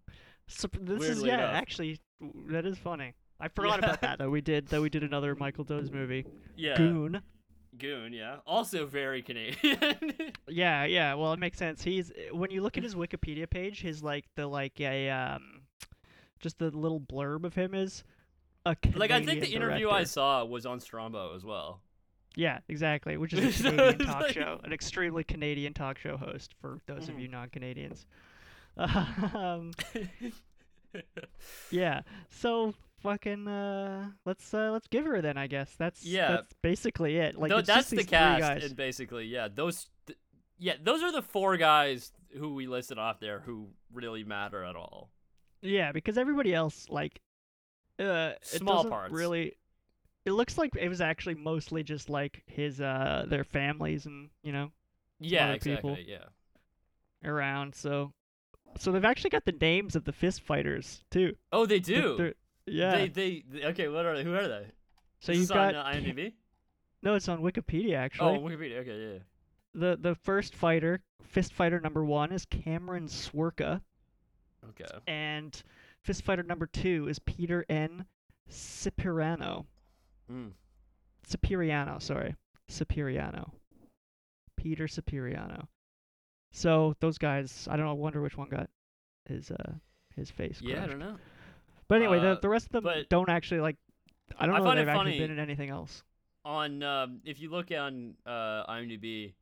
Speaker 3: So this is
Speaker 2: Weirdly
Speaker 3: yeah,
Speaker 2: enough.
Speaker 3: actually w- that is funny. I forgot
Speaker 2: Yeah.
Speaker 3: about that though. We did though we did another Michael Dowes movie,
Speaker 2: Yeah,
Speaker 3: Goon.
Speaker 2: Goon. Yeah, also very Canadian. [laughs]
Speaker 3: Yeah, yeah. Well, it makes sense. He's eh, when you look at his Wikipedia page, his like the like a um, just the little blurb of him is a
Speaker 2: like I think the
Speaker 3: Canadian
Speaker 2: interview I
Speaker 3: director.
Speaker 2: saw was on Strombo as well.
Speaker 3: Yeah, exactly.
Speaker 2: [laughs]
Speaker 3: Which is a
Speaker 2: So
Speaker 3: Canadian
Speaker 2: it's
Speaker 3: talk
Speaker 2: like-
Speaker 3: show, an extremely Canadian talk show host for those of
Speaker 2: Mhm.
Speaker 3: you non-Canadians. [laughs]
Speaker 2: [laughs]
Speaker 3: Um, yeah. So fucking uh, let's uh, let's give her then. I guess that's
Speaker 2: Yeah.
Speaker 3: That's basically it. Like
Speaker 2: no,
Speaker 3: it's
Speaker 2: that's
Speaker 3: just
Speaker 2: the
Speaker 3: these three
Speaker 2: cast,
Speaker 3: guys.
Speaker 2: and basically, yeah, those, th- yeah, those are the four guys who we listed off there who really matter at all.
Speaker 3: Yeah, because everybody else like uh it
Speaker 2: Small
Speaker 3: doesn't
Speaker 2: parts.
Speaker 3: really it looks like it was actually mostly just like his uh their families and you know
Speaker 2: Yeah,
Speaker 3: other people.
Speaker 2: exactly. Yeah.
Speaker 3: around so so they've actually got the names of the fist fighters too.
Speaker 2: Oh, they
Speaker 3: Th-
Speaker 2: do.
Speaker 3: they're- yeah.
Speaker 2: They, they, they- okay. What are they? Who are they?
Speaker 3: so
Speaker 2: Is
Speaker 3: you've
Speaker 2: this on
Speaker 3: got
Speaker 2: uh, IMDb.
Speaker 3: no, it's on Wikipedia actually.
Speaker 2: Oh, Wikipedia. Okay, yeah, yeah.
Speaker 3: The the first fighter, fist fighter number one is Cameron Swerka,
Speaker 2: Okay.
Speaker 3: and fist fighter number two is Peter N. Cipirano.
Speaker 2: Mm.
Speaker 3: Superiano, sorry. Superiano. Peter Superiano. So those guys, I don't know, wonder which one got his uh his face.
Speaker 2: Yeah, I
Speaker 3: crushed.
Speaker 2: don't know.
Speaker 3: But anyway,
Speaker 2: Uh,
Speaker 3: the, the rest of them
Speaker 2: but-
Speaker 3: don't actually like I don't
Speaker 2: I
Speaker 3: know if
Speaker 2: find it
Speaker 3: they've actually been
Speaker 2: funny-
Speaker 3: in anything else.
Speaker 2: On um, if you look on uh, IMDb,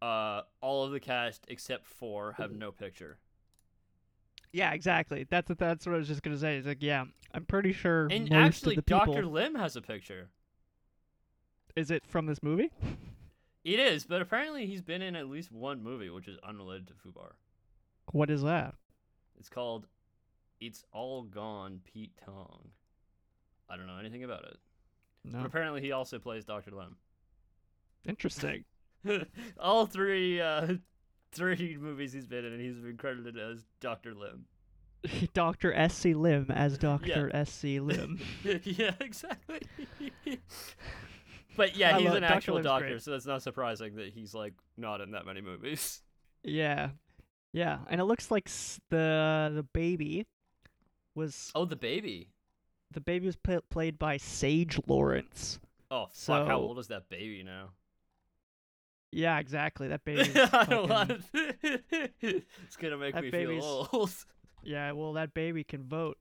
Speaker 2: uh, all of the cast except four have no picture.
Speaker 3: Yeah, exactly. That's what that's what I was just gonna say. It's like, yeah, I'm pretty sure
Speaker 2: And
Speaker 3: most
Speaker 2: actually,
Speaker 3: of the
Speaker 2: Doctor
Speaker 3: people
Speaker 2: Lim has a picture.
Speaker 3: is it from this movie.
Speaker 2: It is, but apparently he's been in at least one movie, which is unrelated to Fubar.
Speaker 3: What is that?
Speaker 2: It's called "It's All Gone, Pete Tong." I don't know anything about it, but
Speaker 3: No,
Speaker 2: apparently he also plays Doctor Lim.
Speaker 3: interesting. [laughs]
Speaker 2: [laughs] all three uh [laughs] three movies he's been in and he's been credited as dr lim [laughs]
Speaker 3: Doctor S. C. Lim as Doctor S. C. Lim.
Speaker 2: yeah exactly but yeah
Speaker 3: I
Speaker 2: he's
Speaker 3: love-
Speaker 2: an
Speaker 3: Dr.
Speaker 2: actual
Speaker 3: Lim's
Speaker 2: doctor
Speaker 3: great.
Speaker 2: so it's not surprising that he's like not in that many movies [laughs]
Speaker 3: Yeah, yeah, and it looks like s- the the baby was
Speaker 2: oh the baby
Speaker 3: the baby was pl- played by Sage Lawrence.
Speaker 2: oh fuck how
Speaker 3: So-
Speaker 2: old is that baby
Speaker 3: [laughs]
Speaker 2: now
Speaker 3: Yeah,
Speaker 2: [laughs]
Speaker 3: exactly. That baby.
Speaker 2: I don't want- [laughs] it's gonna make
Speaker 3: That
Speaker 2: me
Speaker 3: baby's-
Speaker 2: feel old
Speaker 3: [laughs]
Speaker 2: [laughs]
Speaker 3: yeah, well, that baby can vote.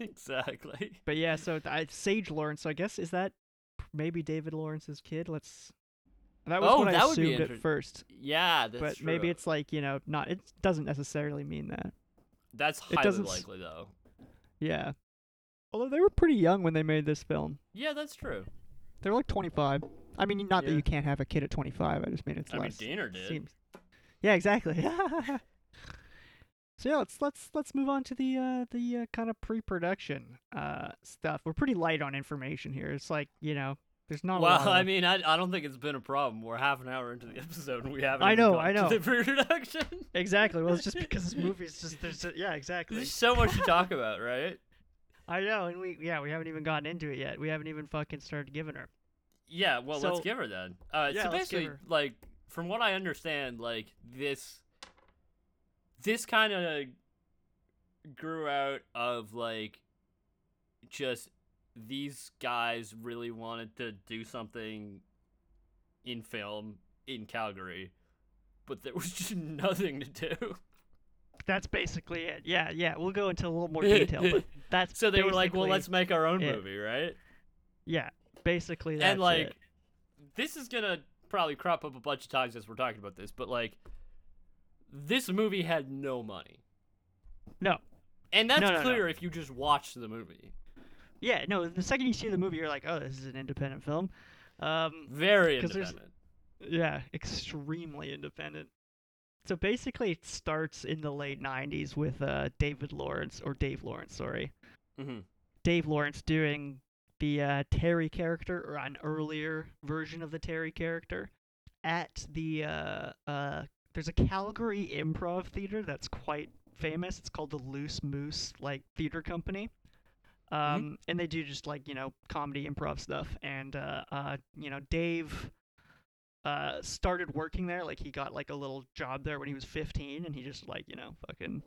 Speaker 2: exactly.
Speaker 3: But yeah, so th- I, Sage Lawrence. So I guess is that p- maybe David Lawrence's kid? Let's. That was
Speaker 2: Oh,
Speaker 3: what
Speaker 2: that
Speaker 3: I
Speaker 2: would be
Speaker 3: assumed at
Speaker 2: inter-
Speaker 3: first,
Speaker 2: Yeah, that's
Speaker 3: but
Speaker 2: true.
Speaker 3: maybe it's like you know not. It doesn't necessarily mean that.
Speaker 2: that's highly
Speaker 3: doesn't s-
Speaker 2: likely though.
Speaker 3: Yeah. Although they were pretty young when they made this film.
Speaker 2: Yeah, that's true.
Speaker 3: They were like 25. I mean, not that
Speaker 2: Yeah.
Speaker 3: you can't have a kid at 25. I just mean it's
Speaker 2: I mean,
Speaker 3: less.
Speaker 2: Diener did.
Speaker 3: Seems. Yeah, exactly. [laughs] so yeah, let's let's let's move on to the uh, the uh, kind of pre-production uh, stuff. We're pretty light on information here. It's like you know, there's not. a
Speaker 2: Well,
Speaker 3: lot of-
Speaker 2: I mean, I, I don't think it's been a problem. We're half an hour into the [laughs] episode and we haven't.
Speaker 3: I
Speaker 2: even
Speaker 3: know,
Speaker 2: gone
Speaker 3: I know.
Speaker 2: To the [laughs] pre-production.
Speaker 3: exactly. Well,
Speaker 2: [laughs]
Speaker 3: it's just because this movie is just there's yeah, exactly.
Speaker 2: There's so much
Speaker 3: [laughs]
Speaker 2: to talk about, right?
Speaker 3: I know, and we yeah we haven't even gotten into it yet. We haven't even fucking started giving her.
Speaker 2: Yeah, well, let's
Speaker 3: So-
Speaker 2: give her then. Uh,
Speaker 3: Yeah,
Speaker 2: so
Speaker 3: let's give
Speaker 2: basically,
Speaker 3: her.
Speaker 2: like from what I understand, like this, this kind of grew out of like just these guys really wanted to do something in film in Calgary, but there was [laughs] just nothing to do.
Speaker 3: That's basically it. Yeah, yeah. We'll go into a little more detail,
Speaker 2: [laughs]
Speaker 3: but that's
Speaker 2: So they were like, "Well,
Speaker 3: basically-
Speaker 2: let's make our own
Speaker 3: it.
Speaker 2: movie, right?"
Speaker 3: yeah, basically that's
Speaker 2: and like
Speaker 3: it.
Speaker 2: this is gonna probably crop up a bunch of times as we're talking about this but like this movie had no money
Speaker 3: no,
Speaker 2: and that's
Speaker 3: No, no, no.
Speaker 2: clear if you just watch the movie
Speaker 3: yeah, no. The second you see the movie, you're like, oh, this is an independent film. Um,
Speaker 2: very
Speaker 3: 'Cause there's-
Speaker 2: independent
Speaker 3: yeah, extremely independent. So basically, it starts in the late '90s with uh, David Lawrence or Dave Lawrence, sorry, Mm-hmm.
Speaker 2: Mhm.
Speaker 3: Dave Lawrence doing the uh, Terry character or an earlier version of the Terry character at the uh, uh, there's a Calgary improv theater that's quite famous. It's called the Loose Moose like theater company. Um, and they do just like you know comedy improv stuff and uh, uh, you know Dave uh, started working there like he got like a little job there when he was 15 and he just like you know fucking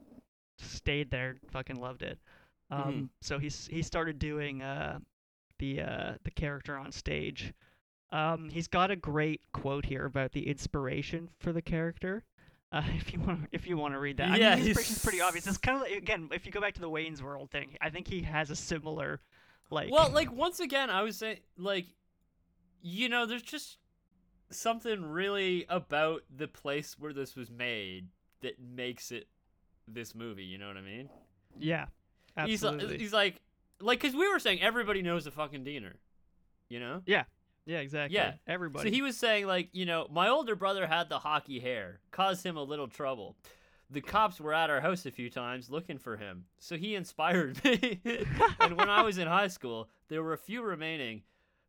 Speaker 3: stayed there fucking loved it um,
Speaker 2: Mhm.
Speaker 3: so he s- he started doing uh, the uh, the character on stage um, he's got a great quote here about the inspiration for the character. Uh, [laughs] if you want, if you want to read that, I
Speaker 2: Yeah,
Speaker 3: mean, the inspiration's pretty
Speaker 2: he's-
Speaker 3: obvious. It's kind of like, again, if you go back to the Wayne's World thing, I think he has a similar, like,
Speaker 2: well like once again i was saying like you know there's just something really about the place where this was made that makes it this movie you know what i mean
Speaker 3: yeah,
Speaker 2: He's li-
Speaker 3: absolutely,
Speaker 2: he's like like because we were saying everybody knows the fucking diener you know
Speaker 3: yeah, exactly,
Speaker 2: yeah.
Speaker 3: everybody,
Speaker 2: So he was saying, like, you know, my older brother had the hockey hair, caused him a little trouble. The cops were at our house a few times looking for him, so he inspired [laughs] me. and when I was in high school, there were a few remaining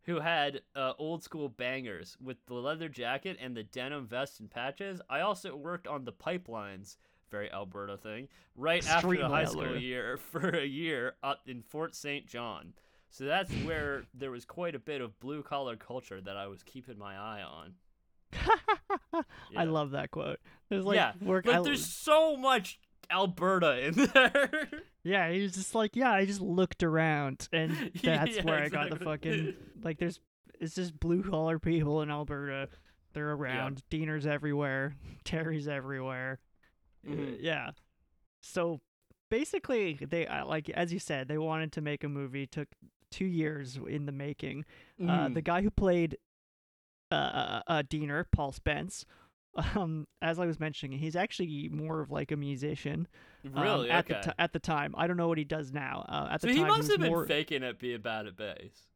Speaker 2: who had uh, old school bangers with the leather jacket and the denim vest and patches. I also worked on the pipelines, very Alberta thing, right after the
Speaker 3: Extremely
Speaker 2: high school
Speaker 3: Alberta.
Speaker 2: year [laughs] for a year up in Fort St. John. So that's where there was quite a bit of blue collar culture that I was keeping my eye on. Yeah.
Speaker 3: [laughs] I love that quote. There's like
Speaker 2: yeah,
Speaker 3: work.
Speaker 2: like
Speaker 3: I-
Speaker 2: there's so much Alberta in [laughs] there.
Speaker 3: Yeah, he was just like, yeah, I just looked around,
Speaker 2: [laughs]
Speaker 3: and
Speaker 2: Yeah,
Speaker 3: that's where I got the
Speaker 2: exactly.
Speaker 3: fucking like. There's it's just blue collar people in Alberta. They're around. Dieners everywhere. [laughs] Terry's everywhere. Uh,
Speaker 2: Mhm.
Speaker 3: Yeah. So basically, they uh, like as you said, they wanted to make a movie. Took two years in the making. Uh,
Speaker 2: Mm.
Speaker 3: the guy who played uh, uh, uh, Diener, Paul Spence. [laughs] Um, as I was mentioning, he's actually more of like a musician. Um,
Speaker 2: really
Speaker 3: at
Speaker 2: okay.
Speaker 3: the t- at the time. I don't know what he does now. Uh, at
Speaker 2: so
Speaker 3: the
Speaker 2: he
Speaker 3: time,
Speaker 2: must
Speaker 3: was
Speaker 2: have been
Speaker 3: more-
Speaker 2: faking it being bad at bass.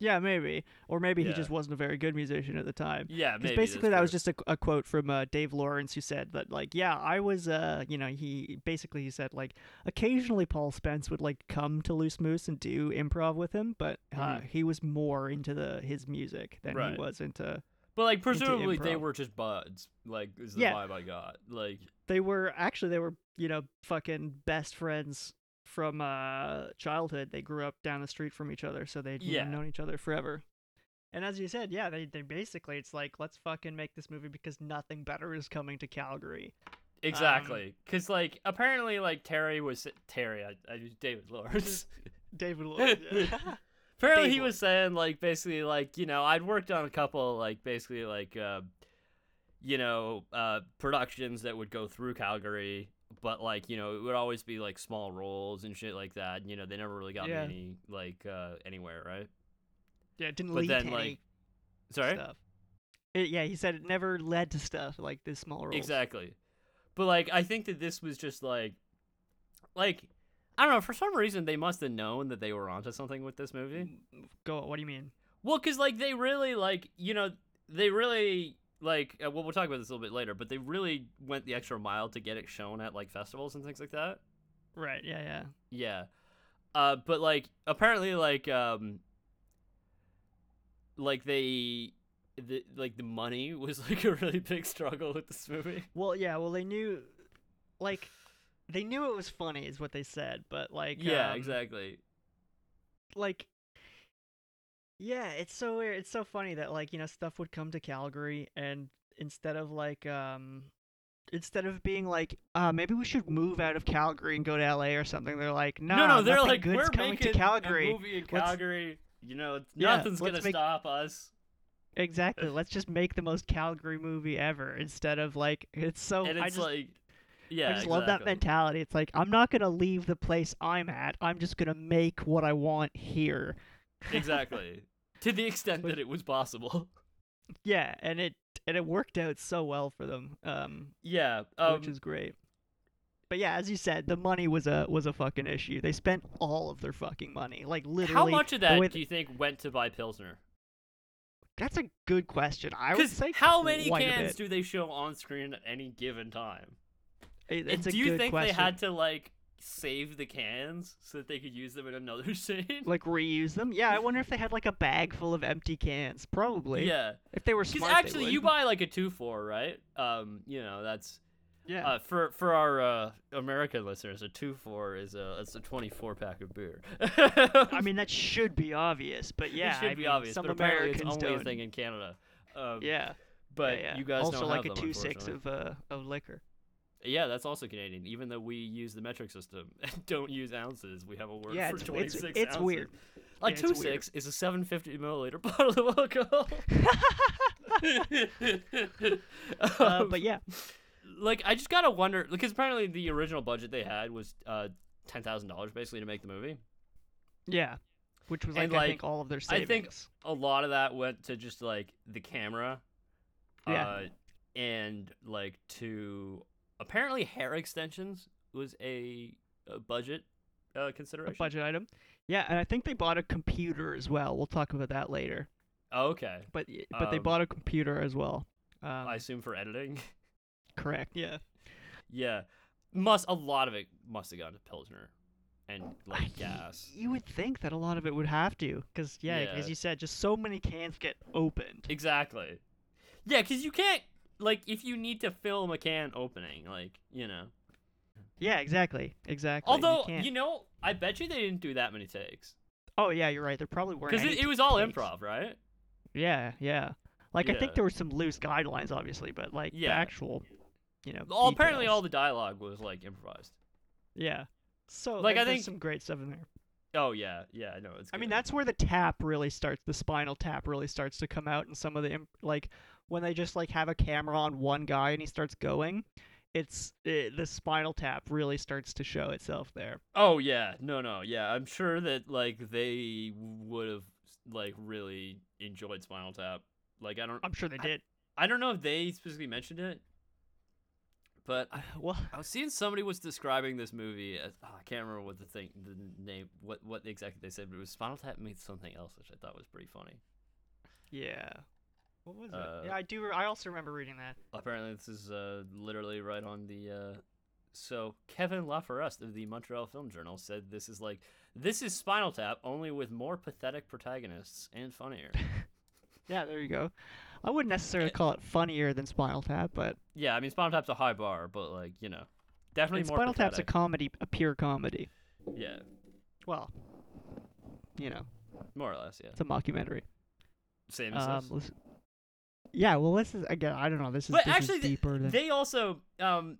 Speaker 3: Yeah, maybe, or maybe
Speaker 2: Yeah.
Speaker 3: he just wasn't a very good musician at the time.
Speaker 2: Yeah,
Speaker 3: 'Cause
Speaker 2: maybe that's
Speaker 3: basically, that was
Speaker 2: true.
Speaker 3: just a, a quote from uh, Dave Lawrence who said that, like, yeah, I was, uh, you know, he basically he said like, occasionally Paul Spence would like come to Loose Moose and do improv with him, but uh,
Speaker 2: Mhm.
Speaker 3: he was more into the his music than
Speaker 2: Right.
Speaker 3: he was into.
Speaker 2: But like presumably they
Speaker 3: improv.
Speaker 2: were just buds. Like is the
Speaker 3: Yeah. Um,
Speaker 2: vibe I got. Like
Speaker 3: They were actually they were you know fucking best friends from uh childhood. They grew up down the street from each other, so they'd you know,
Speaker 2: Yeah.
Speaker 3: known each other forever. And as you said, yeah, they they basically it's like let's fucking make this movie because nothing better is coming to Calgary. [laughs]
Speaker 2: exactly because like apparently like Terry was Terry I, I David Lawrence.
Speaker 3: David
Speaker 2: [laughs]
Speaker 3: Lloyd. [laughs] yeah.
Speaker 2: Apparently,
Speaker 3: Big
Speaker 2: he was saying like basically like you know I'd worked on a couple like basically like uh, you know uh, productions that would go through Calgary but like you know it would always be like small roles and shit like that you know they never really got me
Speaker 3: Yeah.
Speaker 2: any like uh anywhere right
Speaker 3: Yeah, it didn't
Speaker 2: but
Speaker 3: lead
Speaker 2: then
Speaker 3: to
Speaker 2: like
Speaker 3: any
Speaker 2: sorry
Speaker 3: stuff. It, yeah, he said it never led to stuff like this small role.
Speaker 2: exactly but like i think that this was just like like i don't know for some reason they must have known that they were onto something with this movie
Speaker 3: Mm, Go. What do you mean?
Speaker 2: Well, because like they really like you know they really like uh, well we'll talk about this a little bit later, but they really went the extra mile to get it shown at like festivals and things like that.
Speaker 3: Right. Yeah. Yeah.
Speaker 2: Yeah, uh, but like apparently like um like they. The, like the money [laughs] was like a really big struggle with this movie.
Speaker 3: Well, yeah. Well, they knew, like, they knew it was funny, is what they said. But like,
Speaker 2: yeah,
Speaker 3: um,
Speaker 2: exactly.
Speaker 3: Like, yeah, it's so weird. It's so funny that like you know stuff would come to Calgary, and instead of like um, instead of being like, uh, maybe we should move out of Calgary and go to LA or something, they're like, nah,
Speaker 2: no, no, they're
Speaker 3: nothing
Speaker 2: like
Speaker 3: good's
Speaker 2: we're
Speaker 3: coming
Speaker 2: making
Speaker 3: to Calgary.
Speaker 2: a movie in
Speaker 3: Let's-
Speaker 2: Calgary. You know,
Speaker 3: Yeah,
Speaker 2: nothing's
Speaker 3: let's
Speaker 2: gonna
Speaker 3: make-
Speaker 2: stop us. [laughs]
Speaker 3: Exactly. Let's just make the most Calgary movie ever instead of like it's so.
Speaker 2: and it's
Speaker 3: Oh, I just,
Speaker 2: like, yeah,
Speaker 3: I just love that
Speaker 2: exactly.
Speaker 3: mentality. It's like I'm not gonna leave the place I'm at. I'm just gonna make what I want here. [laughs]
Speaker 2: exactly to the extent that it was possible
Speaker 3: Yeah, and it and it worked out so well for them, um,
Speaker 2: [laughs] yeah um,
Speaker 3: which is great. But yeah, as you said, the money was a was a fucking issue. They spent all of their fucking money, like literally.
Speaker 2: how much of
Speaker 3: the
Speaker 2: that
Speaker 3: way
Speaker 2: do you think went to buy pilsner
Speaker 3: That's a good question. I would
Speaker 2: because
Speaker 3: say
Speaker 2: how many
Speaker 3: quite a
Speaker 2: cans
Speaker 3: bit.
Speaker 2: do they show on screen at any given time
Speaker 3: It-
Speaker 2: and
Speaker 3: it's a
Speaker 2: do you
Speaker 3: good
Speaker 2: think
Speaker 3: question.
Speaker 2: they had to like save the cans so that they could use them in another [laughs] scene
Speaker 3: like reuse them? Yeah, I wonder if they had like a bag full of empty cans. Probably.
Speaker 2: yeah
Speaker 3: If they were
Speaker 2: because
Speaker 3: smart, they
Speaker 2: actually you
Speaker 3: would.
Speaker 2: buy like a 2-4 right um you know that's
Speaker 3: Yeah.
Speaker 2: uh, for for our uh, American listeners, a two four is a it's a twenty four pack of beer. [laughs]
Speaker 3: I mean, that should be obvious, but
Speaker 2: it
Speaker 3: yeah,
Speaker 2: should
Speaker 3: I
Speaker 2: be
Speaker 3: mean,
Speaker 2: obvious,
Speaker 3: some
Speaker 2: but apparently
Speaker 3: Americans
Speaker 2: it's only
Speaker 3: don't.
Speaker 2: a thing in Canada. Um,
Speaker 3: Yeah,
Speaker 2: but
Speaker 3: yeah, yeah.
Speaker 2: you guys
Speaker 3: also
Speaker 2: don't
Speaker 3: like
Speaker 2: have
Speaker 3: a
Speaker 2: them,
Speaker 3: two six
Speaker 2: unfortunately.
Speaker 3: of uh
Speaker 2: [laughs]
Speaker 3: of liquor.
Speaker 2: Yeah, that's also Canadian. Even though we use the metric system [laughs] and don't use ounces, we have a word
Speaker 3: Yeah,
Speaker 2: for
Speaker 3: it's- it's-
Speaker 2: 26
Speaker 3: it's
Speaker 2: ounces.
Speaker 3: weird.
Speaker 2: A
Speaker 3: Yeah, it's
Speaker 2: two six is a 750 milliliter [laughs] bottle of alcohol.
Speaker 3: [laughs] Uh,
Speaker 2: Um,
Speaker 3: but yeah,
Speaker 2: like, I just gotta wonder because apparently the original budget they had was uh, ten thousand dollars basically to make the movie.
Speaker 3: yeah, which was like,
Speaker 2: And,
Speaker 3: I
Speaker 2: like,
Speaker 3: think all of their
Speaker 2: I
Speaker 3: savings.
Speaker 2: think- A lot of that went to just like the camera, uh,
Speaker 3: Yeah.
Speaker 2: and like to apparently hair extensions was a, a budget uh,
Speaker 3: a
Speaker 2: consideration.
Speaker 3: budget item. Yeah, and I think they bought a computer as well. We'll talk about that later.
Speaker 2: Okay.
Speaker 3: But y- but they
Speaker 2: Um,
Speaker 3: bought a computer as well. Um,
Speaker 2: I assume for editing. [laughs]
Speaker 3: correct. Yeah.
Speaker 2: yeah. Must a lot of it must have gone to Pilsner and like gas.
Speaker 3: You would think that a lot of it would have to, because yeah,
Speaker 2: Yeah.
Speaker 3: as you said, just so many cans get opened.
Speaker 2: Exactly. Yeah, because you can't like if you need to film a can opening, like, you know.
Speaker 3: Yeah, exactly, exactly.
Speaker 2: Although
Speaker 3: you, can't-
Speaker 2: you know, I bet you they didn't do that many takes.
Speaker 3: oh yeah, you're right. There probably weren't
Speaker 2: Because
Speaker 3: any
Speaker 2: it, it was all
Speaker 3: takes.
Speaker 2: improv, right?
Speaker 3: Yeah, yeah. Like I
Speaker 2: Yeah.
Speaker 3: think there were some loose guidelines, obviously, but like the
Speaker 2: Yeah.
Speaker 3: actual, you know.
Speaker 2: All, apparently all
Speaker 3: details.
Speaker 2: the dialogue was like improvised.
Speaker 3: yeah. So
Speaker 2: Like,
Speaker 3: like,
Speaker 2: I
Speaker 3: there's
Speaker 2: think-
Speaker 3: some great stuff in there.
Speaker 2: Oh yeah, yeah, I know it's
Speaker 3: I mean,
Speaker 2: good.
Speaker 3: that's where the tap really starts. The spinal tap really starts to come out, and some of the imp- like when they just like have a camera on one guy and he starts going, it's eh, the spinal tap really starts to show itself there.
Speaker 2: Oh yeah, no, no, yeah. I'm sure that like they would have like really enjoyed Spinal Tap. Like I don't,
Speaker 3: I'm sure they
Speaker 2: I-
Speaker 3: [laughs] did.
Speaker 2: I don't know if they specifically mentioned it, but I,
Speaker 3: well,
Speaker 2: I was seeing somebody was describing this movie. As, oh, I can't remember what the thing, the name, what what exactly they said, but it was Spinal Tap meets something else, which I thought was pretty funny.
Speaker 3: yeah. What was
Speaker 2: Uh,
Speaker 3: it? Yeah, I do. re- I also remember reading that.
Speaker 2: Apparently, this is uh, literally right on the. Uh, so Kevin LaForest of the Montreal Film Journal said this is like this is Spinal Tap only with more pathetic protagonists and
Speaker 3: [laughs]
Speaker 2: funnier.
Speaker 3: Yeah, there you go. I wouldn't necessarily call it funnier than Spinal Tap, but
Speaker 2: yeah, I mean Spinal Tap's a high bar, but like you know, definitely
Speaker 3: and
Speaker 2: more
Speaker 3: Spinal Tap's a
Speaker 2: pathetic.
Speaker 3: comedy, a pure comedy.
Speaker 2: yeah,
Speaker 3: Well, you know,
Speaker 2: more or less. Yeah,
Speaker 3: it's a mockumentary.
Speaker 2: same as
Speaker 3: Um,
Speaker 2: this.
Speaker 3: listen- yeah, well, this is again. I don't know. This is,
Speaker 2: But
Speaker 3: this is
Speaker 2: actually, th-
Speaker 3: deeper than.
Speaker 2: They also, um,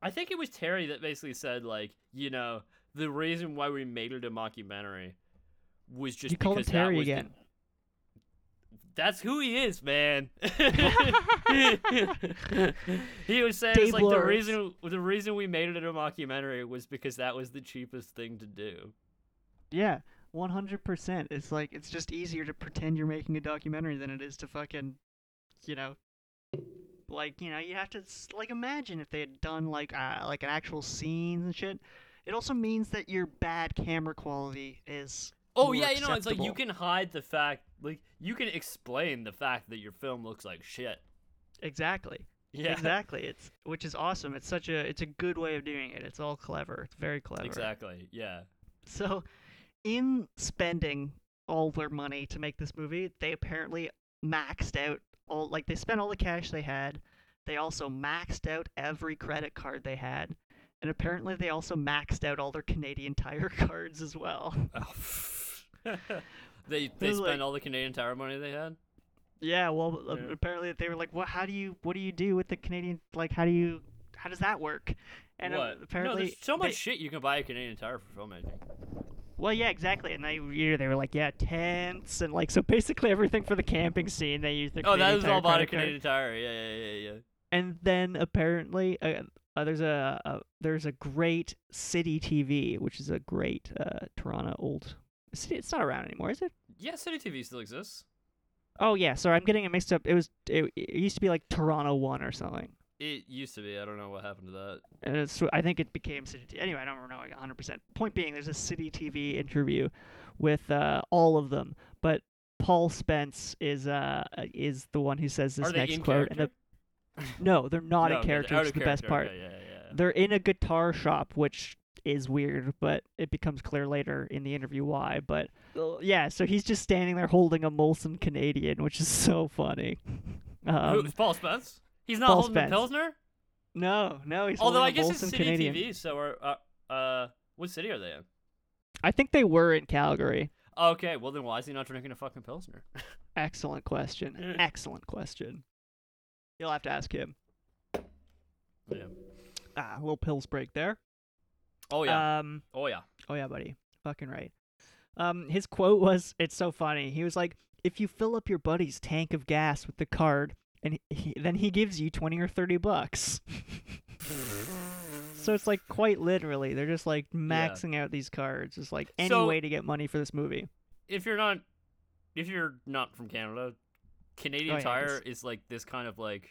Speaker 2: I think it was Terry that basically said like, you know, the reason why we made it a mockumentary was just
Speaker 3: you
Speaker 2: because
Speaker 3: called him
Speaker 2: that
Speaker 3: Terry
Speaker 2: was the-
Speaker 3: again.
Speaker 2: That's who he is, man. [laughs] he was saying
Speaker 3: Dave
Speaker 2: it's like the
Speaker 3: Lawrence.
Speaker 2: reason the reason we made it a mockumentary was because that was the cheapest thing to do.
Speaker 3: Yeah, one hundred percent. It's like it's just easier to pretend you're making a documentary than it is to fucking, you know, like you know you have to s- like imagine if they had done like uh, like an actual scenes and shit. It also means that your bad camera quality is.
Speaker 2: Oh
Speaker 3: more
Speaker 2: yeah, you know, it's like you
Speaker 3: acceptable.
Speaker 2: can hide the fact like you can explain the fact that your film looks like shit. [laughs]
Speaker 3: exactly
Speaker 2: Yeah. [laughs]
Speaker 3: exactly. It's which is awesome. It's such a it's a good way of doing it. It's all clever. It's very clever.
Speaker 2: Exactly.
Speaker 3: [laughs]
Speaker 2: Yeah.
Speaker 3: So, in spending all their money to make this movie, they apparently maxed out all like they spent all the cash they had. They also maxed out every credit card they had. And apparently they also maxed out all their Canadian [laughs] Tire cards as well.
Speaker 2: they
Speaker 3: They're
Speaker 2: they spent
Speaker 3: like-
Speaker 2: all the Canadian Tire money they had.
Speaker 3: Yeah, well uh,
Speaker 2: Yeah.
Speaker 3: apparently they were like, "What how do you what do you do with the Canadian like how do you how does that work?" And uh,
Speaker 2: what? no,
Speaker 3: apparently
Speaker 2: there's so
Speaker 3: they-
Speaker 2: much shit you can buy at Canadian Tire for filmmaking.
Speaker 3: Well, yeah, exactly. And they year they were like, yeah, tents and like so basically everything for the camping scene they used the
Speaker 2: Oh, that
Speaker 3: Canadian
Speaker 2: was
Speaker 3: Tire
Speaker 2: all bought at
Speaker 3: credit card.
Speaker 2: Canadian Tire. Yeah, yeah, yeah, yeah.
Speaker 3: And then apparently uh, uh, there's a, a there's a great city TV, which is a great uh, Toronto old city. It's not around anymore, is it?
Speaker 2: Yeah, City TV still exists.
Speaker 3: Oh yeah, sorry, I'm getting it mixed up. It was it, it used to be like Toronto One or something.
Speaker 2: It used to be. I don't know what happened to that.
Speaker 3: and it's, I think it became City TV. Anyway, I don't know 100%. Point being, there's a City TV interview with uh, all of them, but Paul Spence is uh, is the one who says this
Speaker 2: Are they
Speaker 3: next
Speaker 2: in
Speaker 3: quote. And the, no, they're not
Speaker 2: No,
Speaker 3: in
Speaker 2: okay,
Speaker 3: character.
Speaker 2: they're out
Speaker 3: It's
Speaker 2: of
Speaker 3: the best part.
Speaker 2: character, okay, yeah, yeah.
Speaker 3: They're in a guitar shop, which is weird, but it becomes clear later in the interview why. But uh, yeah, so he's just standing there holding a Molson Canadian, which is [laughs] so funny.
Speaker 2: Who-
Speaker 3: Um,
Speaker 2: Paul Spence? He's not
Speaker 3: Paul
Speaker 2: holding
Speaker 3: Spence.
Speaker 2: the Pilsner?
Speaker 3: no, no, he's
Speaker 2: Although I
Speaker 3: holding a
Speaker 2: guess
Speaker 3: Molson
Speaker 2: it's City
Speaker 3: Canadian.
Speaker 2: TV, so are, uh, uh, what city are they in? Oh,
Speaker 3: I think they were in Calgary.
Speaker 2: Okay, well then why is he not drinking a fucking Pilsner?
Speaker 3: Excellent question.
Speaker 2: Mm.
Speaker 3: Excellent question. You'll have to ask him.
Speaker 2: yeah.
Speaker 3: Ah, little pills break there.
Speaker 2: Oh, yeah.
Speaker 3: Um.
Speaker 2: oh, yeah.
Speaker 3: Oh yeah, buddy. Fucking right. Um. His quote was, "It's so funny." He was like, "If you fill up your buddy's tank of gas with the card, and he, then he gives you twenty or thirty bucks." so it's like quite literally, they're just like maxing out these cards. It's like any
Speaker 2: So-
Speaker 3: way to get money for this movie.
Speaker 2: If you're not, if you're not from Canada, Canadian
Speaker 3: Oh, yeah,
Speaker 2: Tire is like this kind of like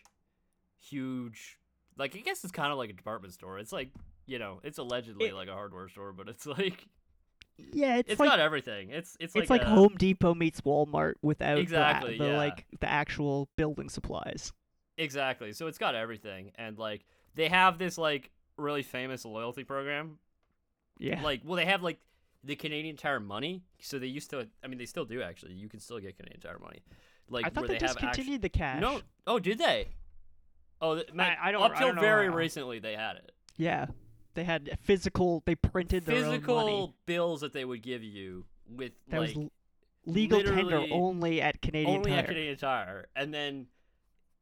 Speaker 2: huge, like I guess it's kind of like a department store. It's like, you know, it's allegedly
Speaker 3: It-
Speaker 2: like a hardware store, but it's like,
Speaker 3: Yeah, it's,
Speaker 2: it's
Speaker 3: like
Speaker 2: got everything. It's, it's like,
Speaker 3: it's like
Speaker 2: a-
Speaker 3: Home Depot meets Walmart without the a-
Speaker 2: Exactly,
Speaker 3: the,
Speaker 2: yeah.
Speaker 3: like the actual building supplies.
Speaker 2: Exactly. So it's got everything, and like they have this like really famous loyalty program.
Speaker 3: Yeah.
Speaker 2: Like, well, they have like the Canadian Tire money. So they used to. I mean, they still do actually. You can still get Canadian Tire money. Like,
Speaker 3: I
Speaker 2: where
Speaker 3: thought they,
Speaker 2: have actu-
Speaker 3: discontinued the cash.
Speaker 2: No. Oh, did they? Oh, th- man,
Speaker 3: I don't-
Speaker 2: Up
Speaker 3: I
Speaker 2: till
Speaker 3: don't know
Speaker 2: very
Speaker 3: how.
Speaker 2: recently, they had it.
Speaker 3: Yeah. They had a physical. They printed their
Speaker 2: Physical
Speaker 3: own money.
Speaker 2: bills that they would give you with
Speaker 3: That
Speaker 2: like
Speaker 3: was l- legal tender
Speaker 2: literally
Speaker 3: only at Canadian
Speaker 2: only
Speaker 3: Tire.
Speaker 2: at Canadian Tire, and then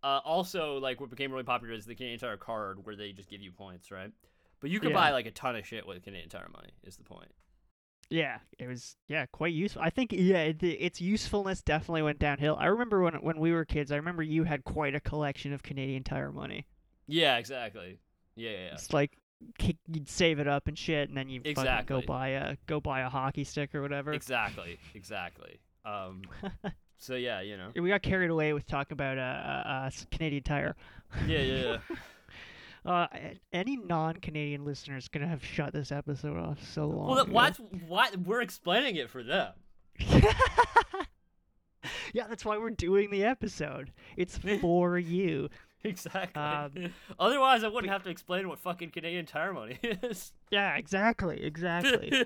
Speaker 2: uh, also like what became really popular is the Canadian Tire card, where they just give you points, right? But you could
Speaker 3: Yeah.
Speaker 2: buy like a ton of shit with Canadian Tire money. Is the point?
Speaker 3: Yeah, it was yeah quite useful. I think yeah, it, its usefulness definitely went downhill. I remember when when we were kids. I remember you had quite a collection of Canadian Tire money.
Speaker 2: Yeah, exactly. Yeah, yeah, yeah.
Speaker 3: It's like ki- you'd save it up and shit, and then you fucking go
Speaker 2: Exactly.
Speaker 3: buy a go buy a hockey stick or whatever.
Speaker 2: exactly, exactly.
Speaker 3: [laughs]
Speaker 2: Um, so yeah, you know.
Speaker 3: we got carried away with talking about uh, uh, uh, s- Canadian Tire.
Speaker 2: Yeah, yeah,
Speaker 3: [laughs]
Speaker 2: yeah.
Speaker 3: Uh, a- any non-Canadian listener is gonna have shut this episode off so long.
Speaker 2: well, that,
Speaker 3: ago.
Speaker 2: what's what we're explaining it for them. [laughs]
Speaker 3: [laughs] yeah, that's why we're doing the episode.
Speaker 2: [laughs]
Speaker 3: It's for you.
Speaker 2: Exactly.
Speaker 3: Um,
Speaker 2: [laughs] Otherwise, I wouldn't have to explain what fucking Canadian Tire money [laughs] is.
Speaker 3: Yeah,
Speaker 2: [laughs]
Speaker 3: exactly, exactly.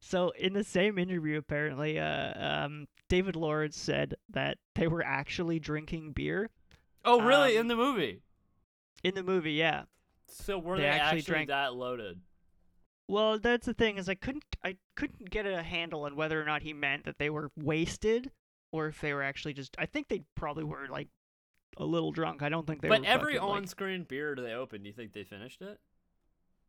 Speaker 3: so in the same interview, apparently, uh, um, David Lawrence said that they were actually drinking beer
Speaker 2: oh, really?
Speaker 3: Um,
Speaker 2: in the movie?
Speaker 3: in the movie. Yeah.
Speaker 2: So were
Speaker 3: they
Speaker 2: they,
Speaker 3: actually
Speaker 2: actually,
Speaker 3: drank-
Speaker 2: that loaded?
Speaker 3: Well, that's the thing is I couldn't I couldn't get a handle on whether or not he meant that they were wasted or if they were actually just. I think they probably were like a little drunk. I don't think they
Speaker 2: but
Speaker 3: were.
Speaker 2: every
Speaker 3: fucking, like-
Speaker 2: on-screen beer they opened, do you think they finished it?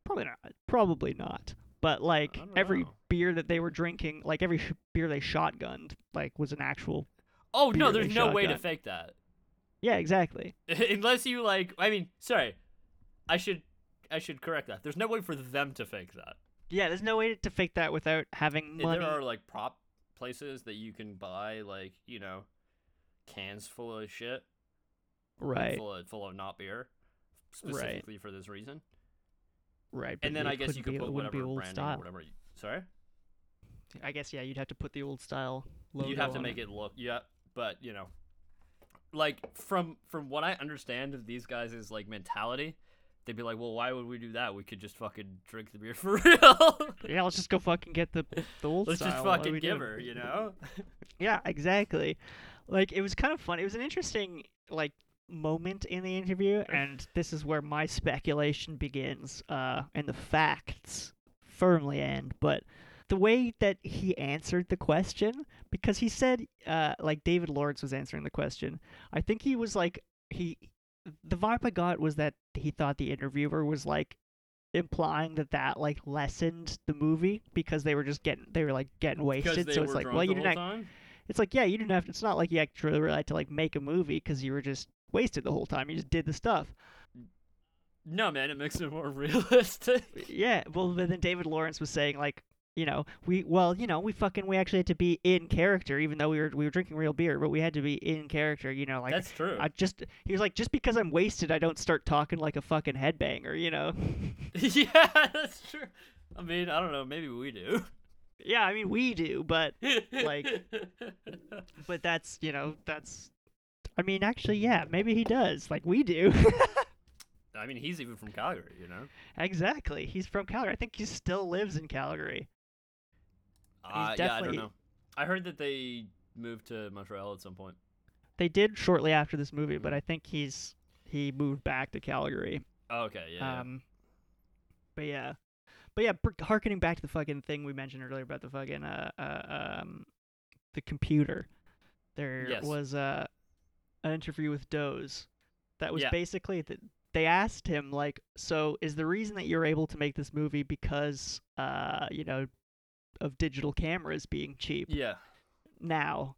Speaker 3: Probably not. Probably not. but like
Speaker 2: I don't
Speaker 3: every
Speaker 2: know.
Speaker 3: beer that they were drinking, like every sh- beer they shotgunned, like was an actual.
Speaker 2: Oh no,
Speaker 3: Beer
Speaker 2: there's
Speaker 3: they
Speaker 2: no way to
Speaker 3: shotgun.
Speaker 2: fake that [laughs]
Speaker 3: Yeah, exactly.
Speaker 2: unless you like. I mean, sorry, I should I should correct that. There's no way for them to fake that.
Speaker 3: Yeah, there's no way to fake that without having
Speaker 2: And
Speaker 3: money.
Speaker 2: There are like prop places that you can buy like you know cans full of shit,
Speaker 3: right,
Speaker 2: full of full of not beer,
Speaker 3: Right.
Speaker 2: specifically for this reason.
Speaker 3: right. but
Speaker 2: And then
Speaker 3: it
Speaker 2: I guess you
Speaker 3: couldn't
Speaker 2: could
Speaker 3: be- it
Speaker 2: put
Speaker 3: wouldn't
Speaker 2: whatever
Speaker 3: be old
Speaker 2: branding or
Speaker 3: style.
Speaker 2: whatever. You, sorry,
Speaker 3: I guess yeah, you'd have to put the old style. Logo
Speaker 2: you'd have to
Speaker 3: on
Speaker 2: make it look yeah, but you know, like from from what I understand of these guys' like mentality. They'd be like, well, why would we do that? We could just fucking drink the beer for [laughs] real.
Speaker 3: Yeah, let's just go fucking get the the old
Speaker 2: Let's
Speaker 3: style.
Speaker 2: just
Speaker 3: What are
Speaker 2: fucking
Speaker 3: we
Speaker 2: give
Speaker 3: doing?
Speaker 2: her, you know?
Speaker 3: Yeah, exactly. Like it was kind of fun. It was an interesting like moment in the interview, and this is where my speculation begins, uh, and the facts firmly end. But the way that he answered the question, because he said, uh, like David Lawrence was answering the question, I think he was like he. The vibe I got was that he thought the interviewer was like implying that that like lessened the movie because they were just getting they were like getting wasted. so it's like, well, you didn't act- it's like, yeah, you didn't have to. It's not like you actually had to like make a movie because you were just wasted the whole time. You just did the stuff.
Speaker 2: No, man, it makes it more [laughs] realistic.
Speaker 3: Yeah. Well, but then David Lawrence was saying like, you know, we well, you know, we fucking we actually had to be in character, even though we were we were drinking real beer, but we had to be in character. You know, like
Speaker 2: That's true.
Speaker 3: I just he was like, just because I'm wasted, I don't start talking like a fucking headbanger. You know.
Speaker 2: [laughs]
Speaker 3: [laughs]
Speaker 2: yeah, that's true. I mean, I don't know, maybe we do.
Speaker 3: yeah, I mean we do, but
Speaker 2: [laughs]
Speaker 3: Like-
Speaker 2: I
Speaker 3: but that's you know that's. I mean, actually, yeah, maybe he does. Like we do. [laughs]
Speaker 2: mean, he's even from Calgary, you know?
Speaker 3: exactly. He's from Calgary. I think he still lives in Calgary.
Speaker 2: Uh, yeah, I don't
Speaker 3: definitely-
Speaker 2: know. I heard that they moved to Montreal at some point.
Speaker 3: They did shortly after this movie, but I think he's he moved back to Calgary.
Speaker 2: Oh, okay, yeah.
Speaker 3: Um, but yeah, but yeah, br- harkening back to the fucking thing we mentioned earlier about the fucking uh, uh um the computer. There
Speaker 2: Yes.
Speaker 3: was uh, an interview with Doze that was
Speaker 2: Yeah.
Speaker 3: basically that they asked him like, so is the reason that you're able to make this movie because uh you know of digital cameras being cheap?
Speaker 2: yeah.
Speaker 3: now.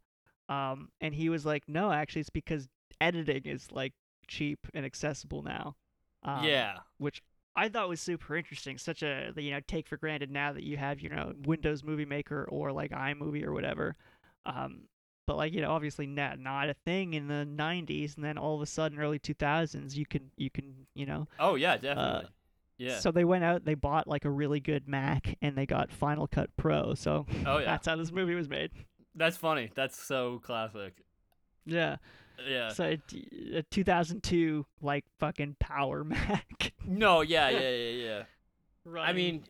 Speaker 3: Um, and he was like, no, actually, it's because editing is like cheap and accessible now. Um,
Speaker 2: yeah.
Speaker 3: Which I thought was super interesting. Such a, you know, take for granted now that you have, you know, Windows Movie Maker or like iMovie or whatever. Um, but like, you know, obviously not, not a thing in the 90s. And then all of a sudden, early 2000s, you can, you can, you know,
Speaker 2: Oh, yeah, definitely. yeah.
Speaker 3: uh, so they went out, they bought like a really good Mac and they got Final Cut Pro. So
Speaker 2: oh, yeah.
Speaker 3: [laughs] that's how this movie was made.
Speaker 2: That's funny. That's so classic.
Speaker 3: Yeah.
Speaker 2: Yeah.
Speaker 3: So a t- a 2002 like fucking power Mac. [laughs]
Speaker 2: no, yeah, yeah, yeah, yeah. I
Speaker 3: running.
Speaker 2: mean,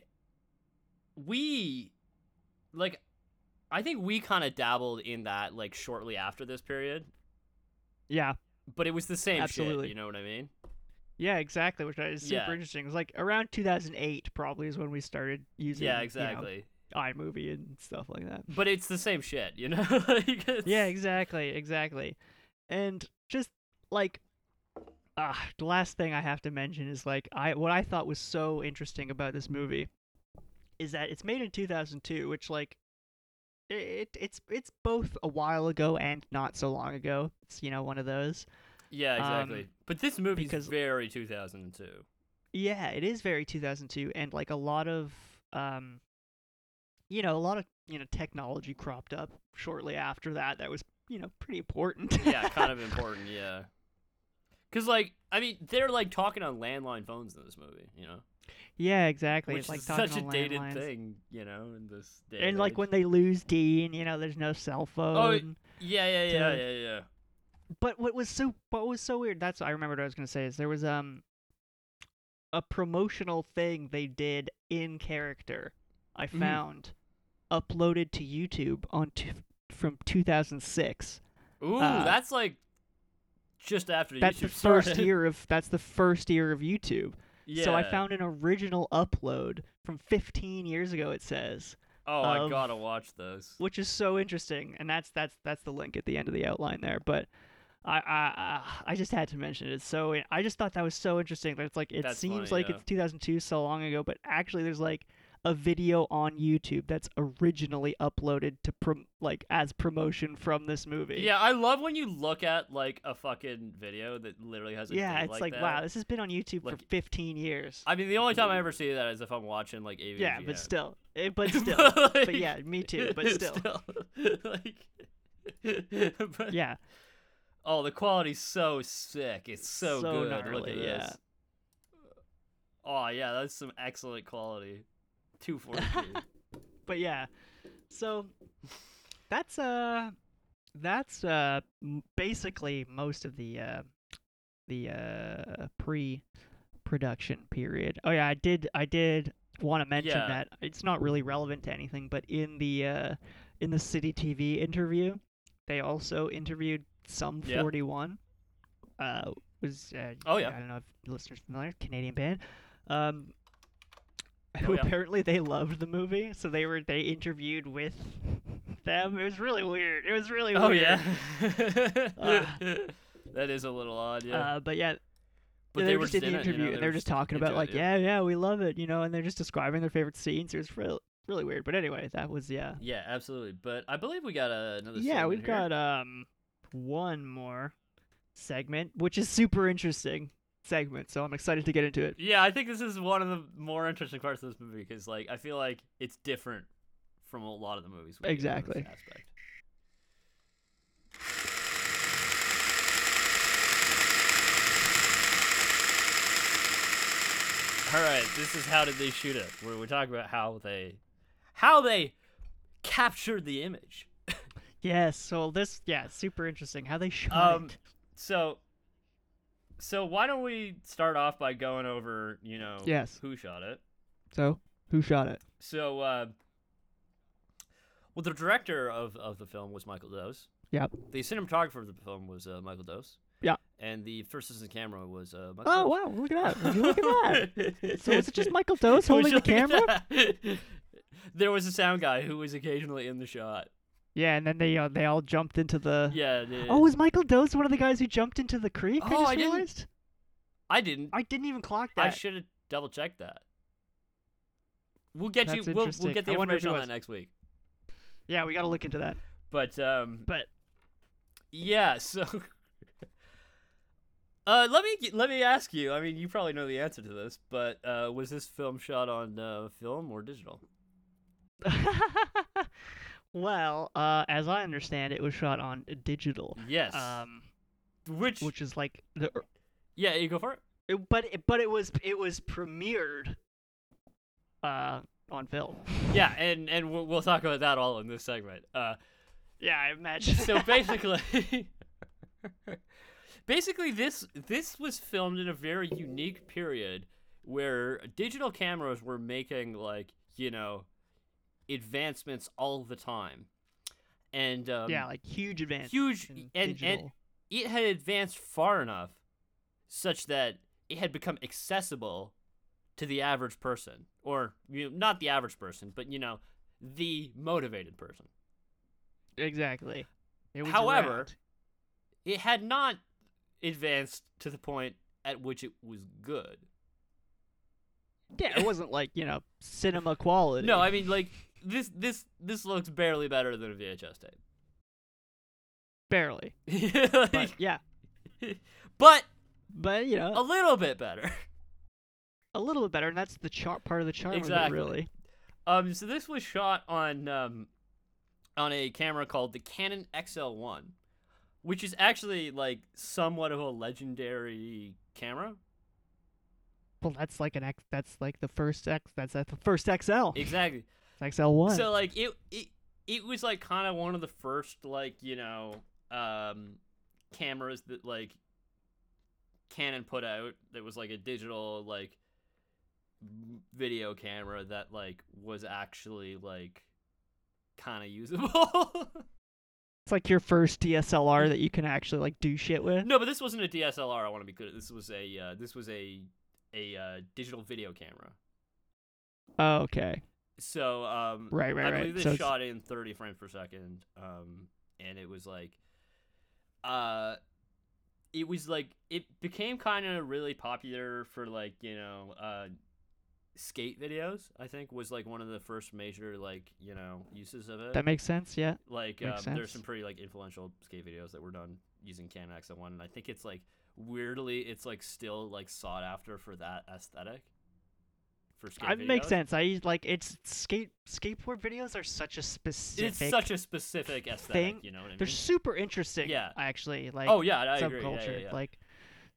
Speaker 2: we like I think we kind of dabbled in that like shortly after this period,
Speaker 3: yeah,
Speaker 2: but it was the same shit,
Speaker 3: Absolutely.
Speaker 2: you know what I mean?
Speaker 3: yeah, exactly. Which is super
Speaker 2: Yeah.
Speaker 3: interesting. It was like around 2008 probably is when we started using
Speaker 2: yeah,
Speaker 3: you know,
Speaker 2: exactly.
Speaker 3: iMovie and stuff like that.
Speaker 2: But it's the same shit, you know? [laughs] Like, it's-
Speaker 3: Yeah, exactly, exactly. And just like ah, the last thing I have to mention is like I what I thought was so interesting about this movie is that it's made in 2002, which like i- it it's it's both a while ago and not so long ago. It's you know one of those.
Speaker 2: Yeah, exactly.
Speaker 3: um,
Speaker 2: but this movie's
Speaker 3: because-
Speaker 2: very 2002.
Speaker 3: Yeah, it is very 2002 and like a lot of um you know, a lot of, you know, technology cropped up shortly after that that was, you know, pretty important.
Speaker 2: Yeah, kind of important, yeah. Cuz like, I mean, they're like talking on landline phones in this movie, you know?
Speaker 3: Yeah, exactly.
Speaker 2: Which
Speaker 3: it's like
Speaker 2: is
Speaker 3: talking
Speaker 2: such a
Speaker 3: on
Speaker 2: dated
Speaker 3: landlines.
Speaker 2: thing, you know, in this day.
Speaker 3: And like
Speaker 2: age.
Speaker 3: when they lose Dean, you know, there's no cell phone.
Speaker 2: Oh, Yeah, yeah, yeah,
Speaker 3: to-
Speaker 2: yeah, yeah.
Speaker 3: But what was so what was so weird? That's I remembered what I was gonna say is there was um a promotional thing they did in character. I
Speaker 2: Mm.
Speaker 3: found uploaded to YouTube on t- from 2006.
Speaker 2: Ooh,
Speaker 3: Uh,
Speaker 2: that's like just after
Speaker 3: That's
Speaker 2: YouTube
Speaker 3: the
Speaker 2: [laughs]
Speaker 3: first
Speaker 2: started.
Speaker 3: year of that's the first year of YouTube.
Speaker 2: Yeah.
Speaker 3: So I found an original upload from 15 years ago. It says.
Speaker 2: Oh, I
Speaker 3: of-
Speaker 2: gotta watch those.
Speaker 3: which is so interesting and that's that's that's the link at the end of the outline there but i i i I just had to mention it It's so i just thought that was so interesting that it's like it
Speaker 2: That's
Speaker 3: seems
Speaker 2: funny,
Speaker 3: like
Speaker 2: yeah.
Speaker 3: it's 2002 so long ago but actually there's like a video on YouTube that's originally uploaded to prom- like as promotion from this movie.
Speaker 2: Yeah, I love when you look at like a fucking video that literally has a
Speaker 3: Yeah,
Speaker 2: date
Speaker 3: it's like,
Speaker 2: that.
Speaker 3: wow, this has been on YouTube for
Speaker 2: Like-
Speaker 3: 15 years.
Speaker 2: I mean, the only time I ever see that is if I'm watching like AVGN.
Speaker 3: yeah, but
Speaker 2: [laughs]
Speaker 3: still, eh, but still, but yeah, me too. But still,
Speaker 2: [laughs] like, [laughs] but-
Speaker 3: yeah,
Speaker 2: Oh, the quality's so sick. It's so,
Speaker 3: So
Speaker 2: good. Look at
Speaker 3: gnarly, yeah.
Speaker 2: this. Oh yeah, that's some excellent quality. Two
Speaker 3: [laughs]
Speaker 2: fourteen.
Speaker 3: but yeah. So that's uh, that's uh, m- basically most of the uh, the uh pre-production period. Oh yeah, I did, I did want to mention
Speaker 2: Yeah.
Speaker 3: that it's not really relevant to anything, but in the uh, in the City TV interview, they also interviewed some
Speaker 2: Yeah.
Speaker 3: 41. Uh, was uh,
Speaker 2: Oh, yeah.
Speaker 3: I don't know if listeners are familiar Canadian band. Um, [laughs] who
Speaker 2: Oh, yeah.
Speaker 3: apparently they loved the movie, so they were they interviewed with them. It was really weird. It was really
Speaker 2: oh
Speaker 3: weird.
Speaker 2: yeah. [laughs]
Speaker 3: Ah.
Speaker 2: that is a little odd, yeah.
Speaker 3: Uh, but yeah,
Speaker 2: but
Speaker 3: yeah,
Speaker 2: they
Speaker 3: they,
Speaker 2: were
Speaker 3: were just in
Speaker 2: in
Speaker 3: the
Speaker 2: it, you know,
Speaker 3: interview.
Speaker 2: they
Speaker 3: they,
Speaker 2: were
Speaker 3: were
Speaker 2: just
Speaker 3: just talking
Speaker 2: into
Speaker 3: about
Speaker 2: it,
Speaker 3: like,
Speaker 2: yeah.
Speaker 3: yeah. yeah, we love it, you know, and they're just describing their favorite scenes. It was really, really weird. But anyway, that was yeah,
Speaker 2: yeah, absolutely. But I believe we got uh, another
Speaker 3: yeah.
Speaker 2: segment
Speaker 3: We've
Speaker 2: here.
Speaker 3: got um one more segment, which is super interesting segment. So I'm excited to get into
Speaker 2: [laughs]
Speaker 3: it.
Speaker 2: Yeah, I think this is one of the more interesting parts of this movie because, like, I feel like it's different from a lot of the movies. we do in this
Speaker 3: Exactly.
Speaker 2: aspect. All right, this is how did they shoot it? Where we're talking about how they, how they captured the image.
Speaker 3: Yes. So this, yeah, super interesting how they shot
Speaker 2: Um,
Speaker 3: it.
Speaker 2: so, so why don't we start off by going over, you know,
Speaker 3: Yes.
Speaker 2: who shot it?
Speaker 3: So who shot it?
Speaker 2: So, uh, well, the director of, of the film was Michael Dose.
Speaker 3: Yep.
Speaker 2: The cinematographer of the film was uh, Michael Dose.
Speaker 3: Yeah.
Speaker 2: And the first assistant camera was uh, Michael
Speaker 3: Oh
Speaker 2: Dose.
Speaker 3: wow! Look at
Speaker 2: [laughs]
Speaker 3: that! Look at that! So is it just Michael Doe's
Speaker 2: Who's
Speaker 3: holding the
Speaker 2: looking
Speaker 3: camera?
Speaker 2: at that? [laughs] There was a sound guy who was occasionally in the shot.
Speaker 3: Yeah, and then they uh, they all jumped into the.
Speaker 2: Yeah. the-
Speaker 3: Oh, was Michael Doe's one of the guys who jumped into the creek?
Speaker 2: Oh,
Speaker 3: I just
Speaker 2: I didn't-
Speaker 3: realized.
Speaker 2: I didn't.
Speaker 3: I didn't even clock that.
Speaker 2: I should have double checked that. We'll get
Speaker 3: That's
Speaker 2: you. We'll, we'll
Speaker 3: interesting.
Speaker 2: get the
Speaker 3: I wonder if
Speaker 2: information on
Speaker 3: it was.
Speaker 2: that next week.
Speaker 3: Yeah, we gotta look into that.
Speaker 2: But um,
Speaker 3: But [laughs]
Speaker 2: Yeah, so [laughs] uh, let me let me ask you. I mean, you probably know the answer to this, but uh, was this film shot on uh, film or digital?
Speaker 3: well, uh, as I understand, it was shot on digital,
Speaker 2: Yes.
Speaker 3: um,
Speaker 2: which,
Speaker 3: which is like the.
Speaker 2: yeah, you go for it.
Speaker 3: it- but it, but it was it was premiered, uh, on film.
Speaker 2: Yeah, and and we'll, we'll talk about that all in this segment. [laughs] Uh,
Speaker 3: Yeah, I
Speaker 2: [laughs]
Speaker 3: imagine.
Speaker 2: so basically, basically this this was filmed in a very unique period where digital cameras were making like you know advancements all the time, and um,
Speaker 3: yeah, like huge advance.
Speaker 2: huge
Speaker 3: in
Speaker 2: and, and
Speaker 3: digital.
Speaker 2: it had advanced far enough such that it had become accessible to the average person or you know, not the average person but you know the motivated person
Speaker 3: exactly. It was
Speaker 2: However,
Speaker 3: around.
Speaker 2: it had not advanced to the point at which it was good
Speaker 3: yeah, it wasn't like you know cinema quality.
Speaker 2: no i mean like this this this looks barely better than a vhs
Speaker 3: barely.
Speaker 2: tape [laughs]
Speaker 3: But yeah,
Speaker 2: but
Speaker 3: but you know,
Speaker 2: a little bit better
Speaker 3: a little bit better, and that's the char- part of the charm
Speaker 2: Exactly.
Speaker 3: of it, really.
Speaker 2: Um, so this was shot on um, on a camera called the Canon XL1, which is actually like somewhat of a legendary camera.
Speaker 3: Well, that's like an X. That's like the first X. That's at the first XL.
Speaker 2: Exactly.
Speaker 3: XL one.
Speaker 2: So like it it it was like kind of one of the first like you know um cameras that like Canon put out that was like a digital like m- video camera that like was actually like kind of usable. [laughs]
Speaker 3: it's like your first DSLR that you can actually like do shit with.
Speaker 2: No, but this wasn't a DSLR. I want to be clear. This was a uh, this was a a uh, digital video camera.
Speaker 3: Oh, okay.
Speaker 2: So um,
Speaker 3: Right, right,
Speaker 2: I
Speaker 3: right.
Speaker 2: believe
Speaker 3: So
Speaker 2: they
Speaker 3: it's-
Speaker 2: shot in 30 frames per second, um, and it was like, uh, it was like it became kind of really popular for like you know uh, skate videos. I think was like one of the first major like you know uses of it.
Speaker 3: That makes sense. Yeah.
Speaker 2: like um,
Speaker 3: makes
Speaker 2: there's
Speaker 3: sense.
Speaker 2: some pretty like influential skate videos that were done using Canon XM1, and I think it's like weirdly it's like still like sought after for that aesthetic. For skate
Speaker 3: I makes
Speaker 2: videos.
Speaker 3: sense. I like it's skate skateboard videos are such a specific
Speaker 2: It's such a specific aesthetic,
Speaker 3: thing.
Speaker 2: you know what I mean?
Speaker 3: They're super interesting.
Speaker 2: Yeah.
Speaker 3: Actually, like
Speaker 2: oh yeah, I agree. Yeah,
Speaker 3: subculture,
Speaker 2: yeah, yeah.
Speaker 3: like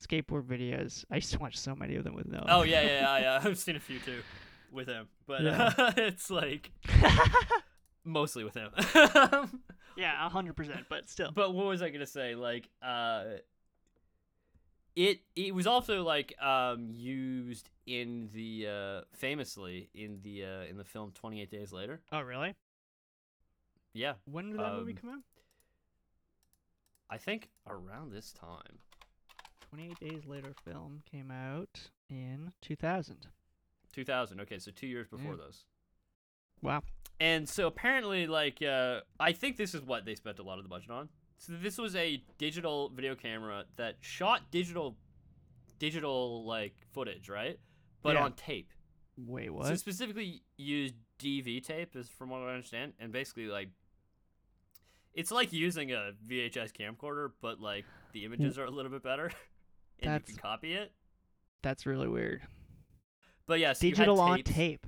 Speaker 3: skateboard videos. I used to watch so many of them with no.
Speaker 2: oh yeah, yeah, yeah, yeah. [laughs] I've seen a few too with him, but
Speaker 3: Yeah.
Speaker 2: uh, [laughs] it's
Speaker 3: [laughs]
Speaker 2: like mostly with him. [laughs]
Speaker 3: yeah, hundred percent. But still,
Speaker 2: but what was I gonna say? Like, uh, it it was also like um used in the uh famously in the uh in the film Twenty Eight Days Later.
Speaker 3: [laughs] oh really?
Speaker 2: Yeah,
Speaker 3: When did that movie
Speaker 2: Um,
Speaker 3: come out?
Speaker 2: I think around this time.
Speaker 3: Twenty Eight Days Later film came out in two thousand.
Speaker 2: 2000 okay so two years before
Speaker 3: Yeah.
Speaker 2: those
Speaker 3: Wow.
Speaker 2: and so apparently like uh, i think this is what they spent a lot of the budget on so this was a digital video camera that shot digital digital like footage right but
Speaker 3: Yeah.
Speaker 2: on tape
Speaker 3: Wait, what?
Speaker 2: so specifically used dv tape is from what i understand and basically like it's like using a vhs camcorder but like the images are a little bit better [laughs] and you
Speaker 3: That's-
Speaker 2: can copy it
Speaker 3: That's really weird.
Speaker 2: but yeah so you had
Speaker 3: Digital on
Speaker 2: tapes. [laughs]
Speaker 3: tape.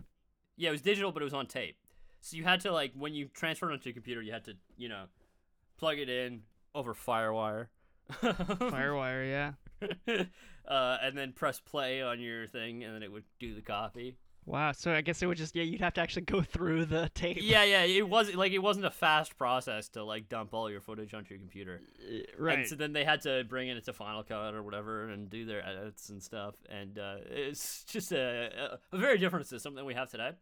Speaker 2: Yeah, it was digital, but it was on tape. So you had to like when you transferred onto your computer, you had to you know plug it in over FireWire.
Speaker 3: Firewire, yeah.
Speaker 2: [laughs] uh, and then press play on your thing, and then it would do the copy.
Speaker 3: Wow. So I guess it would just yeah, you'd have to actually go through the tape.
Speaker 2: Yeah, yeah. It was like it wasn't a fast process to like dump all your footage onto your computer.
Speaker 3: Uh,
Speaker 2: And so then they had to bring it to Final Cut or whatever and do their edits and stuff. And uh, it's just a, a a very different system than we have today.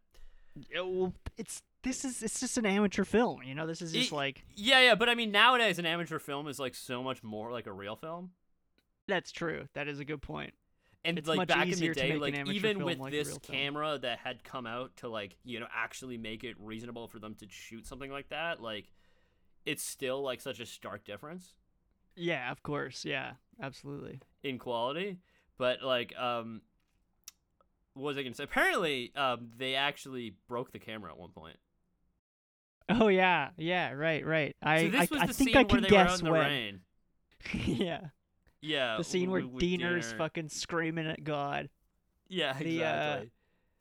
Speaker 3: Yeah, well, it's this is it's just an amateur film, you know. This is just
Speaker 2: Y-
Speaker 3: like
Speaker 2: Yeah, yeah. But I mean, nowadays an amateur film is like so much more like a real film.
Speaker 3: that's true. That is a good point.
Speaker 2: and
Speaker 3: It's
Speaker 2: like
Speaker 3: much
Speaker 2: back in
Speaker 3: easier
Speaker 2: the
Speaker 3: to
Speaker 2: day
Speaker 3: make an
Speaker 2: like
Speaker 3: amateur
Speaker 2: even
Speaker 3: film
Speaker 2: with
Speaker 3: like a
Speaker 2: this
Speaker 3: real film.
Speaker 2: camera that had come out to like you know actually make it reasonable for them to shoot something like that like it's still like such a stark difference
Speaker 3: Yeah, of course. Yeah, absolutely. [laughs]
Speaker 2: in quality but like um what was i gonna say apparently um they actually broke the camera at one point
Speaker 3: Oh yeah, yeah. Right, right. I
Speaker 2: so this
Speaker 3: I,
Speaker 2: was
Speaker 3: I
Speaker 2: the
Speaker 3: think
Speaker 2: scene
Speaker 3: I
Speaker 2: where
Speaker 3: can
Speaker 2: they
Speaker 3: guess
Speaker 2: were out in the
Speaker 3: when.
Speaker 2: rain
Speaker 3: [laughs] yeah,
Speaker 2: yeah
Speaker 3: the scene where
Speaker 2: w- with
Speaker 3: Diener's
Speaker 2: Diener.
Speaker 3: fucking screaming at God.
Speaker 2: yeah exactly
Speaker 3: the, uh,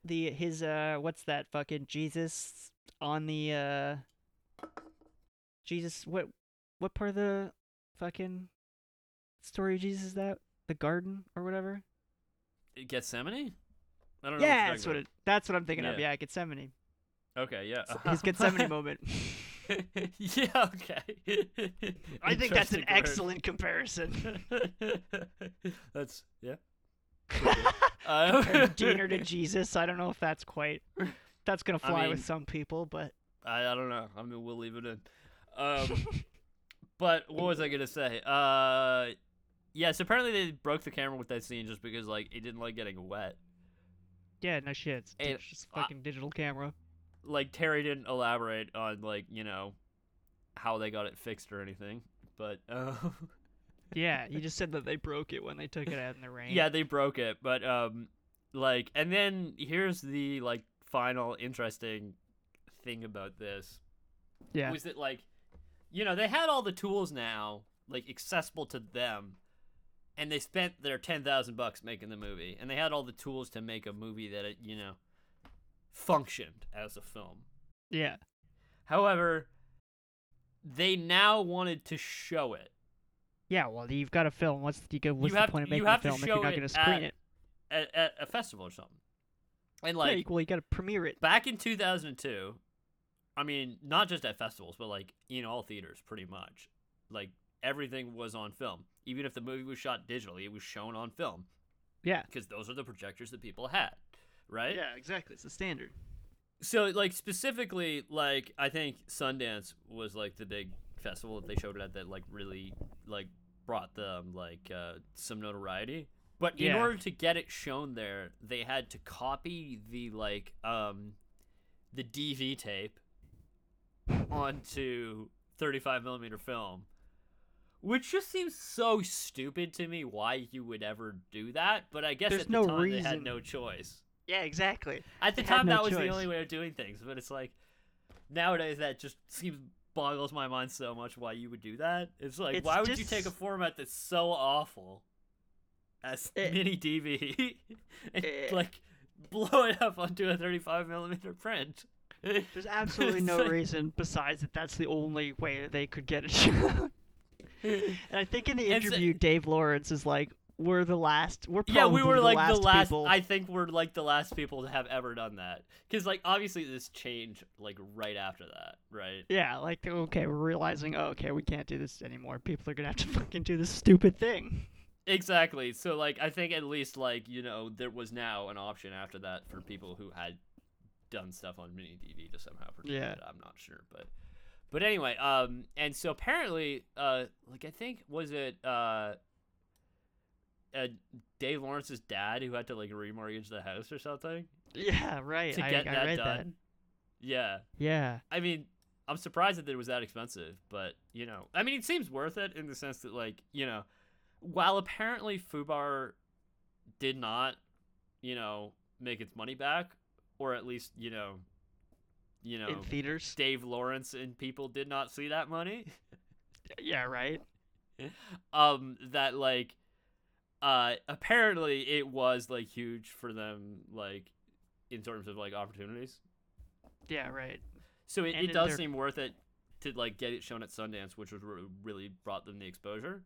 Speaker 3: The his uh, what's that fucking Jesus on the uh, Jesus what what part of the fucking story of Jesus is that the garden or whatever?
Speaker 2: gethsemane i don't know
Speaker 3: Yeah,
Speaker 2: you're
Speaker 3: that's what
Speaker 2: talking
Speaker 3: it, that's what I'm thinking of.
Speaker 2: Yeah.
Speaker 3: Yeah,
Speaker 2: [laughs]
Speaker 3: Gethsemane.
Speaker 2: about. okay yeah
Speaker 3: It's
Speaker 2: [laughs]
Speaker 3: His Gethsemane moment.
Speaker 2: yeah, okay.
Speaker 3: I think that's
Speaker 2: Interesting
Speaker 3: an
Speaker 2: word.
Speaker 3: excellent comparison.
Speaker 2: [laughs] that's yeah. [laughs] Uh,
Speaker 3: Diener to Jesus. I don't know if that's quite. That's gonna
Speaker 2: I
Speaker 3: fly
Speaker 2: mean-
Speaker 3: with some people, but
Speaker 2: I, I don't know. I mean, we'll leave it in. Um, but what was I gonna say? Uh, yeah. So apparently they broke the camera with that scene just because like it didn't like getting wet.
Speaker 3: yeah, no shit. It's
Speaker 2: And
Speaker 3: dig- just
Speaker 2: I-
Speaker 3: fucking digital camera.
Speaker 2: Like Terry didn't elaborate on like you know how they got it fixed or anything. But [laughs] uh,
Speaker 3: Yeah, you just said that they broke it when they took it out in the rain.
Speaker 2: Yeah, they broke it, but um like and then here's the like final interesting thing about this
Speaker 3: yeah.
Speaker 2: was that like you know, they had all the tools now like accessible to them and they spent their 10,000 bucks making the movie and they had all the tools to make a movie that it, you know, functioned as a film.
Speaker 3: yeah.
Speaker 2: However, they now wanted to show it
Speaker 3: Yeah. Well, you've got a film. What's the you go- what's
Speaker 2: have
Speaker 3: the
Speaker 2: to-
Speaker 3: point of
Speaker 2: you
Speaker 3: making
Speaker 2: have
Speaker 3: a
Speaker 2: to
Speaker 3: film if
Speaker 2: show
Speaker 3: you're not
Speaker 2: it
Speaker 3: gonna screen
Speaker 2: at,
Speaker 3: it?
Speaker 2: at, at a festival or something. And
Speaker 3: Yeah,
Speaker 2: like
Speaker 3: you- well, you got to premiere it.
Speaker 2: back in 2002 i mean not just at festivals but like in all theaters pretty much like everything was on film even if the movie was shot digitally it was shown on film
Speaker 3: Yeah.
Speaker 2: because those are the projectors that people had right
Speaker 3: exactly. It's the standard.
Speaker 2: so like specifically like i think sundance was like the big festival that they showed it at that like really like brought them like uh, some notoriety but in
Speaker 3: Yeah.
Speaker 2: order to get it shown there they had to copy the like um the dv tape onto 35 millimeter film which just seems so stupid to me why you would ever do that but i guess
Speaker 3: There's
Speaker 2: at the
Speaker 3: no
Speaker 2: time they had
Speaker 3: reason.
Speaker 2: no choice
Speaker 3: Yeah, exactly.
Speaker 2: At the
Speaker 3: They had
Speaker 2: time,
Speaker 3: no
Speaker 2: that was the
Speaker 3: choice.
Speaker 2: only way of doing things, but it's like nowadays that just seems boggles my mind so much why you would do that. It's like
Speaker 3: It's
Speaker 2: why would you
Speaker 3: just-
Speaker 2: take a format that's so awful as
Speaker 3: It-
Speaker 2: mini DV [laughs] and
Speaker 3: it-
Speaker 2: like blow it up onto a 35 millimeter print? [laughs]
Speaker 3: [laughs] There's absolutely no
Speaker 2: like-
Speaker 3: reason besides that that's the only way that they could get it [laughs] shown. and I think in the
Speaker 2: And so-
Speaker 3: interview, Dave Lawrence is like, "We're the last. We're probably
Speaker 2: Yeah, we were
Speaker 3: the
Speaker 2: like
Speaker 3: last
Speaker 2: the last.
Speaker 3: people."
Speaker 2: I think we're like the last people to have ever done that. Because like obviously this changed like right after that, right?
Speaker 3: Yeah, like okay, we're realizing, oh, okay, we can't do this anymore. People are gonna have to fucking do this stupid thing.
Speaker 2: Exactly. So like I think at least like, you know, there was now an option after that for people who had done stuff on mini DV to somehow protect
Speaker 3: Yeah.
Speaker 2: it. I'm not sure, but but anyway, um and so apparently uh like I think was it uh uh, Dave Lawrence's dad who had to like remortgage the house or something
Speaker 3: Yeah, right.
Speaker 2: to
Speaker 3: I,
Speaker 2: get
Speaker 3: I
Speaker 2: that
Speaker 3: read
Speaker 2: done.
Speaker 3: that.
Speaker 2: Yeah,
Speaker 3: Yeah,
Speaker 2: I mean, I'm surprised that it was that expensive, but you know, I mean, it seems worth it in the sense that, like, you know, while apparently Fubar did not, you know, make its money back, or at least, you know, you know,
Speaker 3: in theaters.
Speaker 2: Dave Lawrence and people did not see that money.
Speaker 3: Yeah, right.
Speaker 2: um, that like, uh, apparently it was like huge for them, like, in terms of like opportunities.
Speaker 3: Yeah, right.
Speaker 2: So it,
Speaker 3: And
Speaker 2: it
Speaker 3: in
Speaker 2: does
Speaker 3: their-
Speaker 2: seem worth it to like get it shown at Sundance, which was re- really brought them the exposure.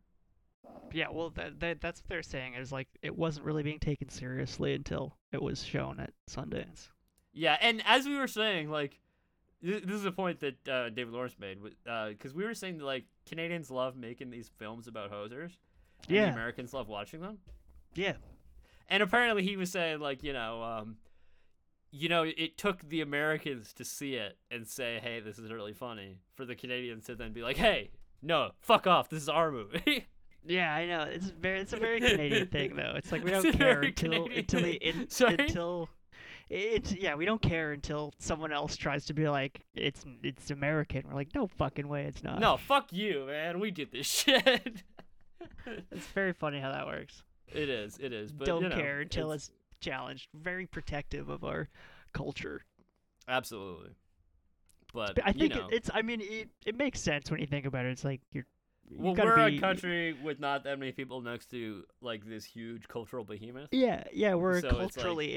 Speaker 3: Yeah, well, that, that that's what they're saying is like it wasn't really being taken seriously until it was shown at Sundance.
Speaker 2: Yeah, and as we were saying, like th- this is a point that uh, David Lawrence made, because we were saying that like Canadians love making these films about hosers, and
Speaker 3: Yeah.
Speaker 2: the Americans love watching them.
Speaker 3: Yeah,
Speaker 2: And apparently he was saying like you know, um, you know, it took the Americans to see it and say, hey, this is really funny, for the Canadians to then be like, hey, no, fuck off, this is our movie. [laughs]
Speaker 3: yeah, I know. It's very it's a very Canadian thing though. It's like we don't
Speaker 2: It's a
Speaker 3: care
Speaker 2: very
Speaker 3: until
Speaker 2: Canadian
Speaker 3: until the,
Speaker 2: thing. [laughs]
Speaker 3: in,
Speaker 2: Sorry?
Speaker 3: until it's yeah we don't care until someone else tries to be like it's it's American. We're like no fucking way, it's not.
Speaker 2: No, fuck you, man. We did this [laughs] shit.
Speaker 3: it's very funny how that works.
Speaker 2: it is. It is. But
Speaker 3: don't
Speaker 2: you know,
Speaker 3: care until it's... challenged. Very protective of our culture.
Speaker 2: absolutely. But
Speaker 3: But I think
Speaker 2: you know,
Speaker 3: it's I mean it, it makes sense when you think about it. It's like you're. you
Speaker 2: well,
Speaker 3: gotta
Speaker 2: we're
Speaker 3: be-
Speaker 2: a country with not that many people next to like this huge cultural behemoth.
Speaker 3: Yeah, yeah, we're
Speaker 2: So
Speaker 3: a
Speaker 2: it's like-
Speaker 3: culturally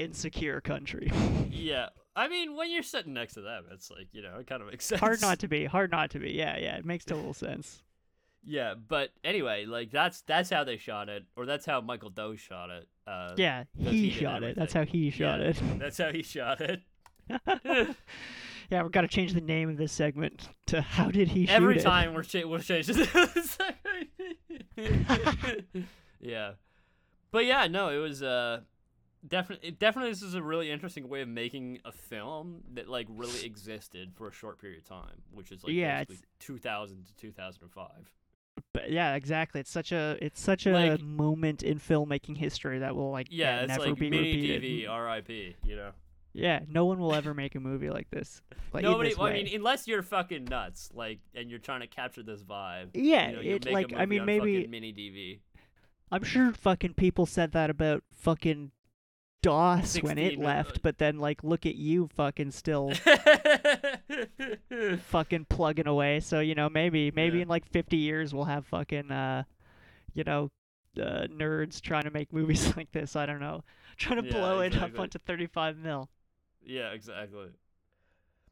Speaker 2: [laughs]
Speaker 3: insecure country.
Speaker 2: Yeah, I mean, when you're sitting next to them, it's like you know, it kind of makes sense.
Speaker 3: hard not to be. Hard not to be. Yeah, yeah, it makes total sense.
Speaker 2: [laughs] Yeah, but anyway, like that's that's how they shot it, or that's how Michael Doe shot it. Uh,
Speaker 3: Yeah,
Speaker 2: That's
Speaker 3: he
Speaker 2: he did
Speaker 3: shot it. That's how he shot
Speaker 2: Yeah,
Speaker 3: it.
Speaker 2: That's how he shot it.
Speaker 3: [laughs] yeah, we've got to change the name of this segment to "How did he shoot
Speaker 2: Every
Speaker 3: it?"
Speaker 2: time we're cha- we're changing. [laughs] yeah, but yeah, no, it was uh, definitely definitely this is a really interesting way of making a film that like really existed for a short period of time, which is like
Speaker 3: Yeah,
Speaker 2: basically 2000 to 2005.
Speaker 3: [laughs] But yeah, exactly. It's such a it's such a
Speaker 2: Like-
Speaker 3: moment in filmmaking history that will like
Speaker 2: Yeah, it's
Speaker 3: never
Speaker 2: like
Speaker 3: be
Speaker 2: mini
Speaker 3: repeated.
Speaker 2: TV, R.I.P. You know,
Speaker 3: Yeah, no one will ever make a movie like this. Like in
Speaker 2: nobody.
Speaker 3: this
Speaker 2: well, I
Speaker 3: way.
Speaker 2: mean, unless you're fucking nuts, like, and you're trying to capture this vibe.
Speaker 3: yeah,
Speaker 2: you know, you'll
Speaker 3: it
Speaker 2: make a
Speaker 3: like I
Speaker 2: movie
Speaker 3: mean
Speaker 2: on
Speaker 3: maybe
Speaker 2: fucking mini DV.
Speaker 3: I'm sure fucking people said that about fucking DOS when it
Speaker 2: 16, uh,
Speaker 3: left, but then like look at you fucking still
Speaker 2: [laughs]
Speaker 3: [laughs] fucking plugging away. So, you know, maybe maybe
Speaker 2: Yeah.
Speaker 3: in like 50 years we'll have fucking uh you know, uh, nerds trying to make [laughs] movies like this, I don't know. Trying to
Speaker 2: Yeah,
Speaker 3: blow it up
Speaker 2: exactly.
Speaker 3: onto 35 mil.
Speaker 2: Yeah, exactly.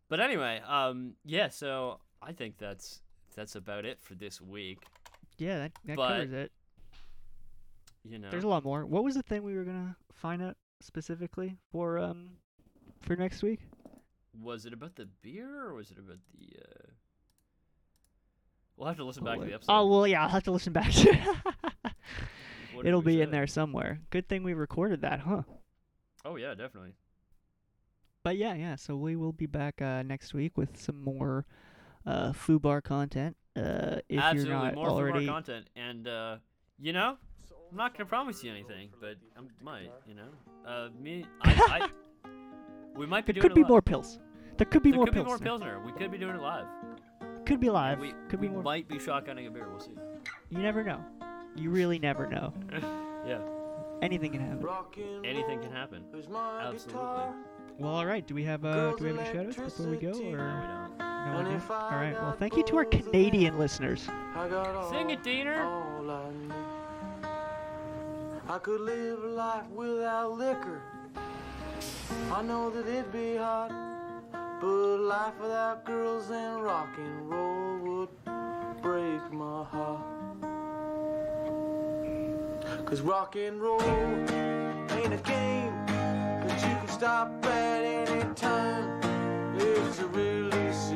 Speaker 2: But anyway, um, yeah. So I think that's that's about it for this week.
Speaker 3: Yeah, that, that
Speaker 2: But,
Speaker 3: covers it.
Speaker 2: You know,
Speaker 3: There's a lot more. What was the thing we were going to find out specifically for um for next week?
Speaker 2: was it about the beer or was it about the? Uh... We'll have to listen
Speaker 3: Oh,
Speaker 2: back to
Speaker 3: wait.
Speaker 2: the episode.
Speaker 3: Oh, well, yeah, I'll have to listen back to it.
Speaker 2: What did
Speaker 3: It'll
Speaker 2: we
Speaker 3: be in
Speaker 2: say?
Speaker 3: there somewhere. Good thing we recorded that, huh?
Speaker 2: Oh yeah, definitely.
Speaker 3: But yeah, yeah. So we will be back uh, next week with some more uh, Fubar content. Uh, if
Speaker 2: Absolutely,
Speaker 3: you're not
Speaker 2: more for
Speaker 3: already,
Speaker 2: more content, and uh, you know, I'm not gonna promise you anything, but I might. You know, uh, me, I,
Speaker 3: [laughs]
Speaker 2: I we might be
Speaker 3: there
Speaker 2: doing.
Speaker 3: could
Speaker 2: it
Speaker 3: be
Speaker 2: live.
Speaker 3: more pills. There could be
Speaker 2: There
Speaker 3: more
Speaker 2: could
Speaker 3: pills.
Speaker 2: be more pilsner. We could be doing it live.
Speaker 3: Could be
Speaker 2: And
Speaker 3: live.
Speaker 2: we
Speaker 3: could
Speaker 2: we
Speaker 3: be more.
Speaker 2: might be shotgunning a beer. We'll see.
Speaker 3: You never know. You really never know.
Speaker 2: Yeah.
Speaker 3: Anything can happen.
Speaker 1: Rock and
Speaker 2: Anything can
Speaker 1: roll,
Speaker 2: happen.
Speaker 1: Who's my
Speaker 2: Absolutely.
Speaker 1: guitar?
Speaker 3: Well, all right. Do we have uh, do we have any shout-outs before we go?
Speaker 1: Girls'
Speaker 2: No, we
Speaker 3: Or
Speaker 2: don't.
Speaker 3: no, we
Speaker 1: And
Speaker 3: don't?
Speaker 1: if
Speaker 3: all
Speaker 1: I
Speaker 3: right. Well,
Speaker 1: got
Speaker 3: thank you to our
Speaker 1: both of them,
Speaker 3: Canadian listeners.
Speaker 1: I got all,
Speaker 2: Sing it, Diener.
Speaker 1: all I need. I could live a life without liquor. I know that it'd be hard, but life without girls and rock and roll would break my heart. Cause rock and roll ain't a game that you can stop at any time. It's a release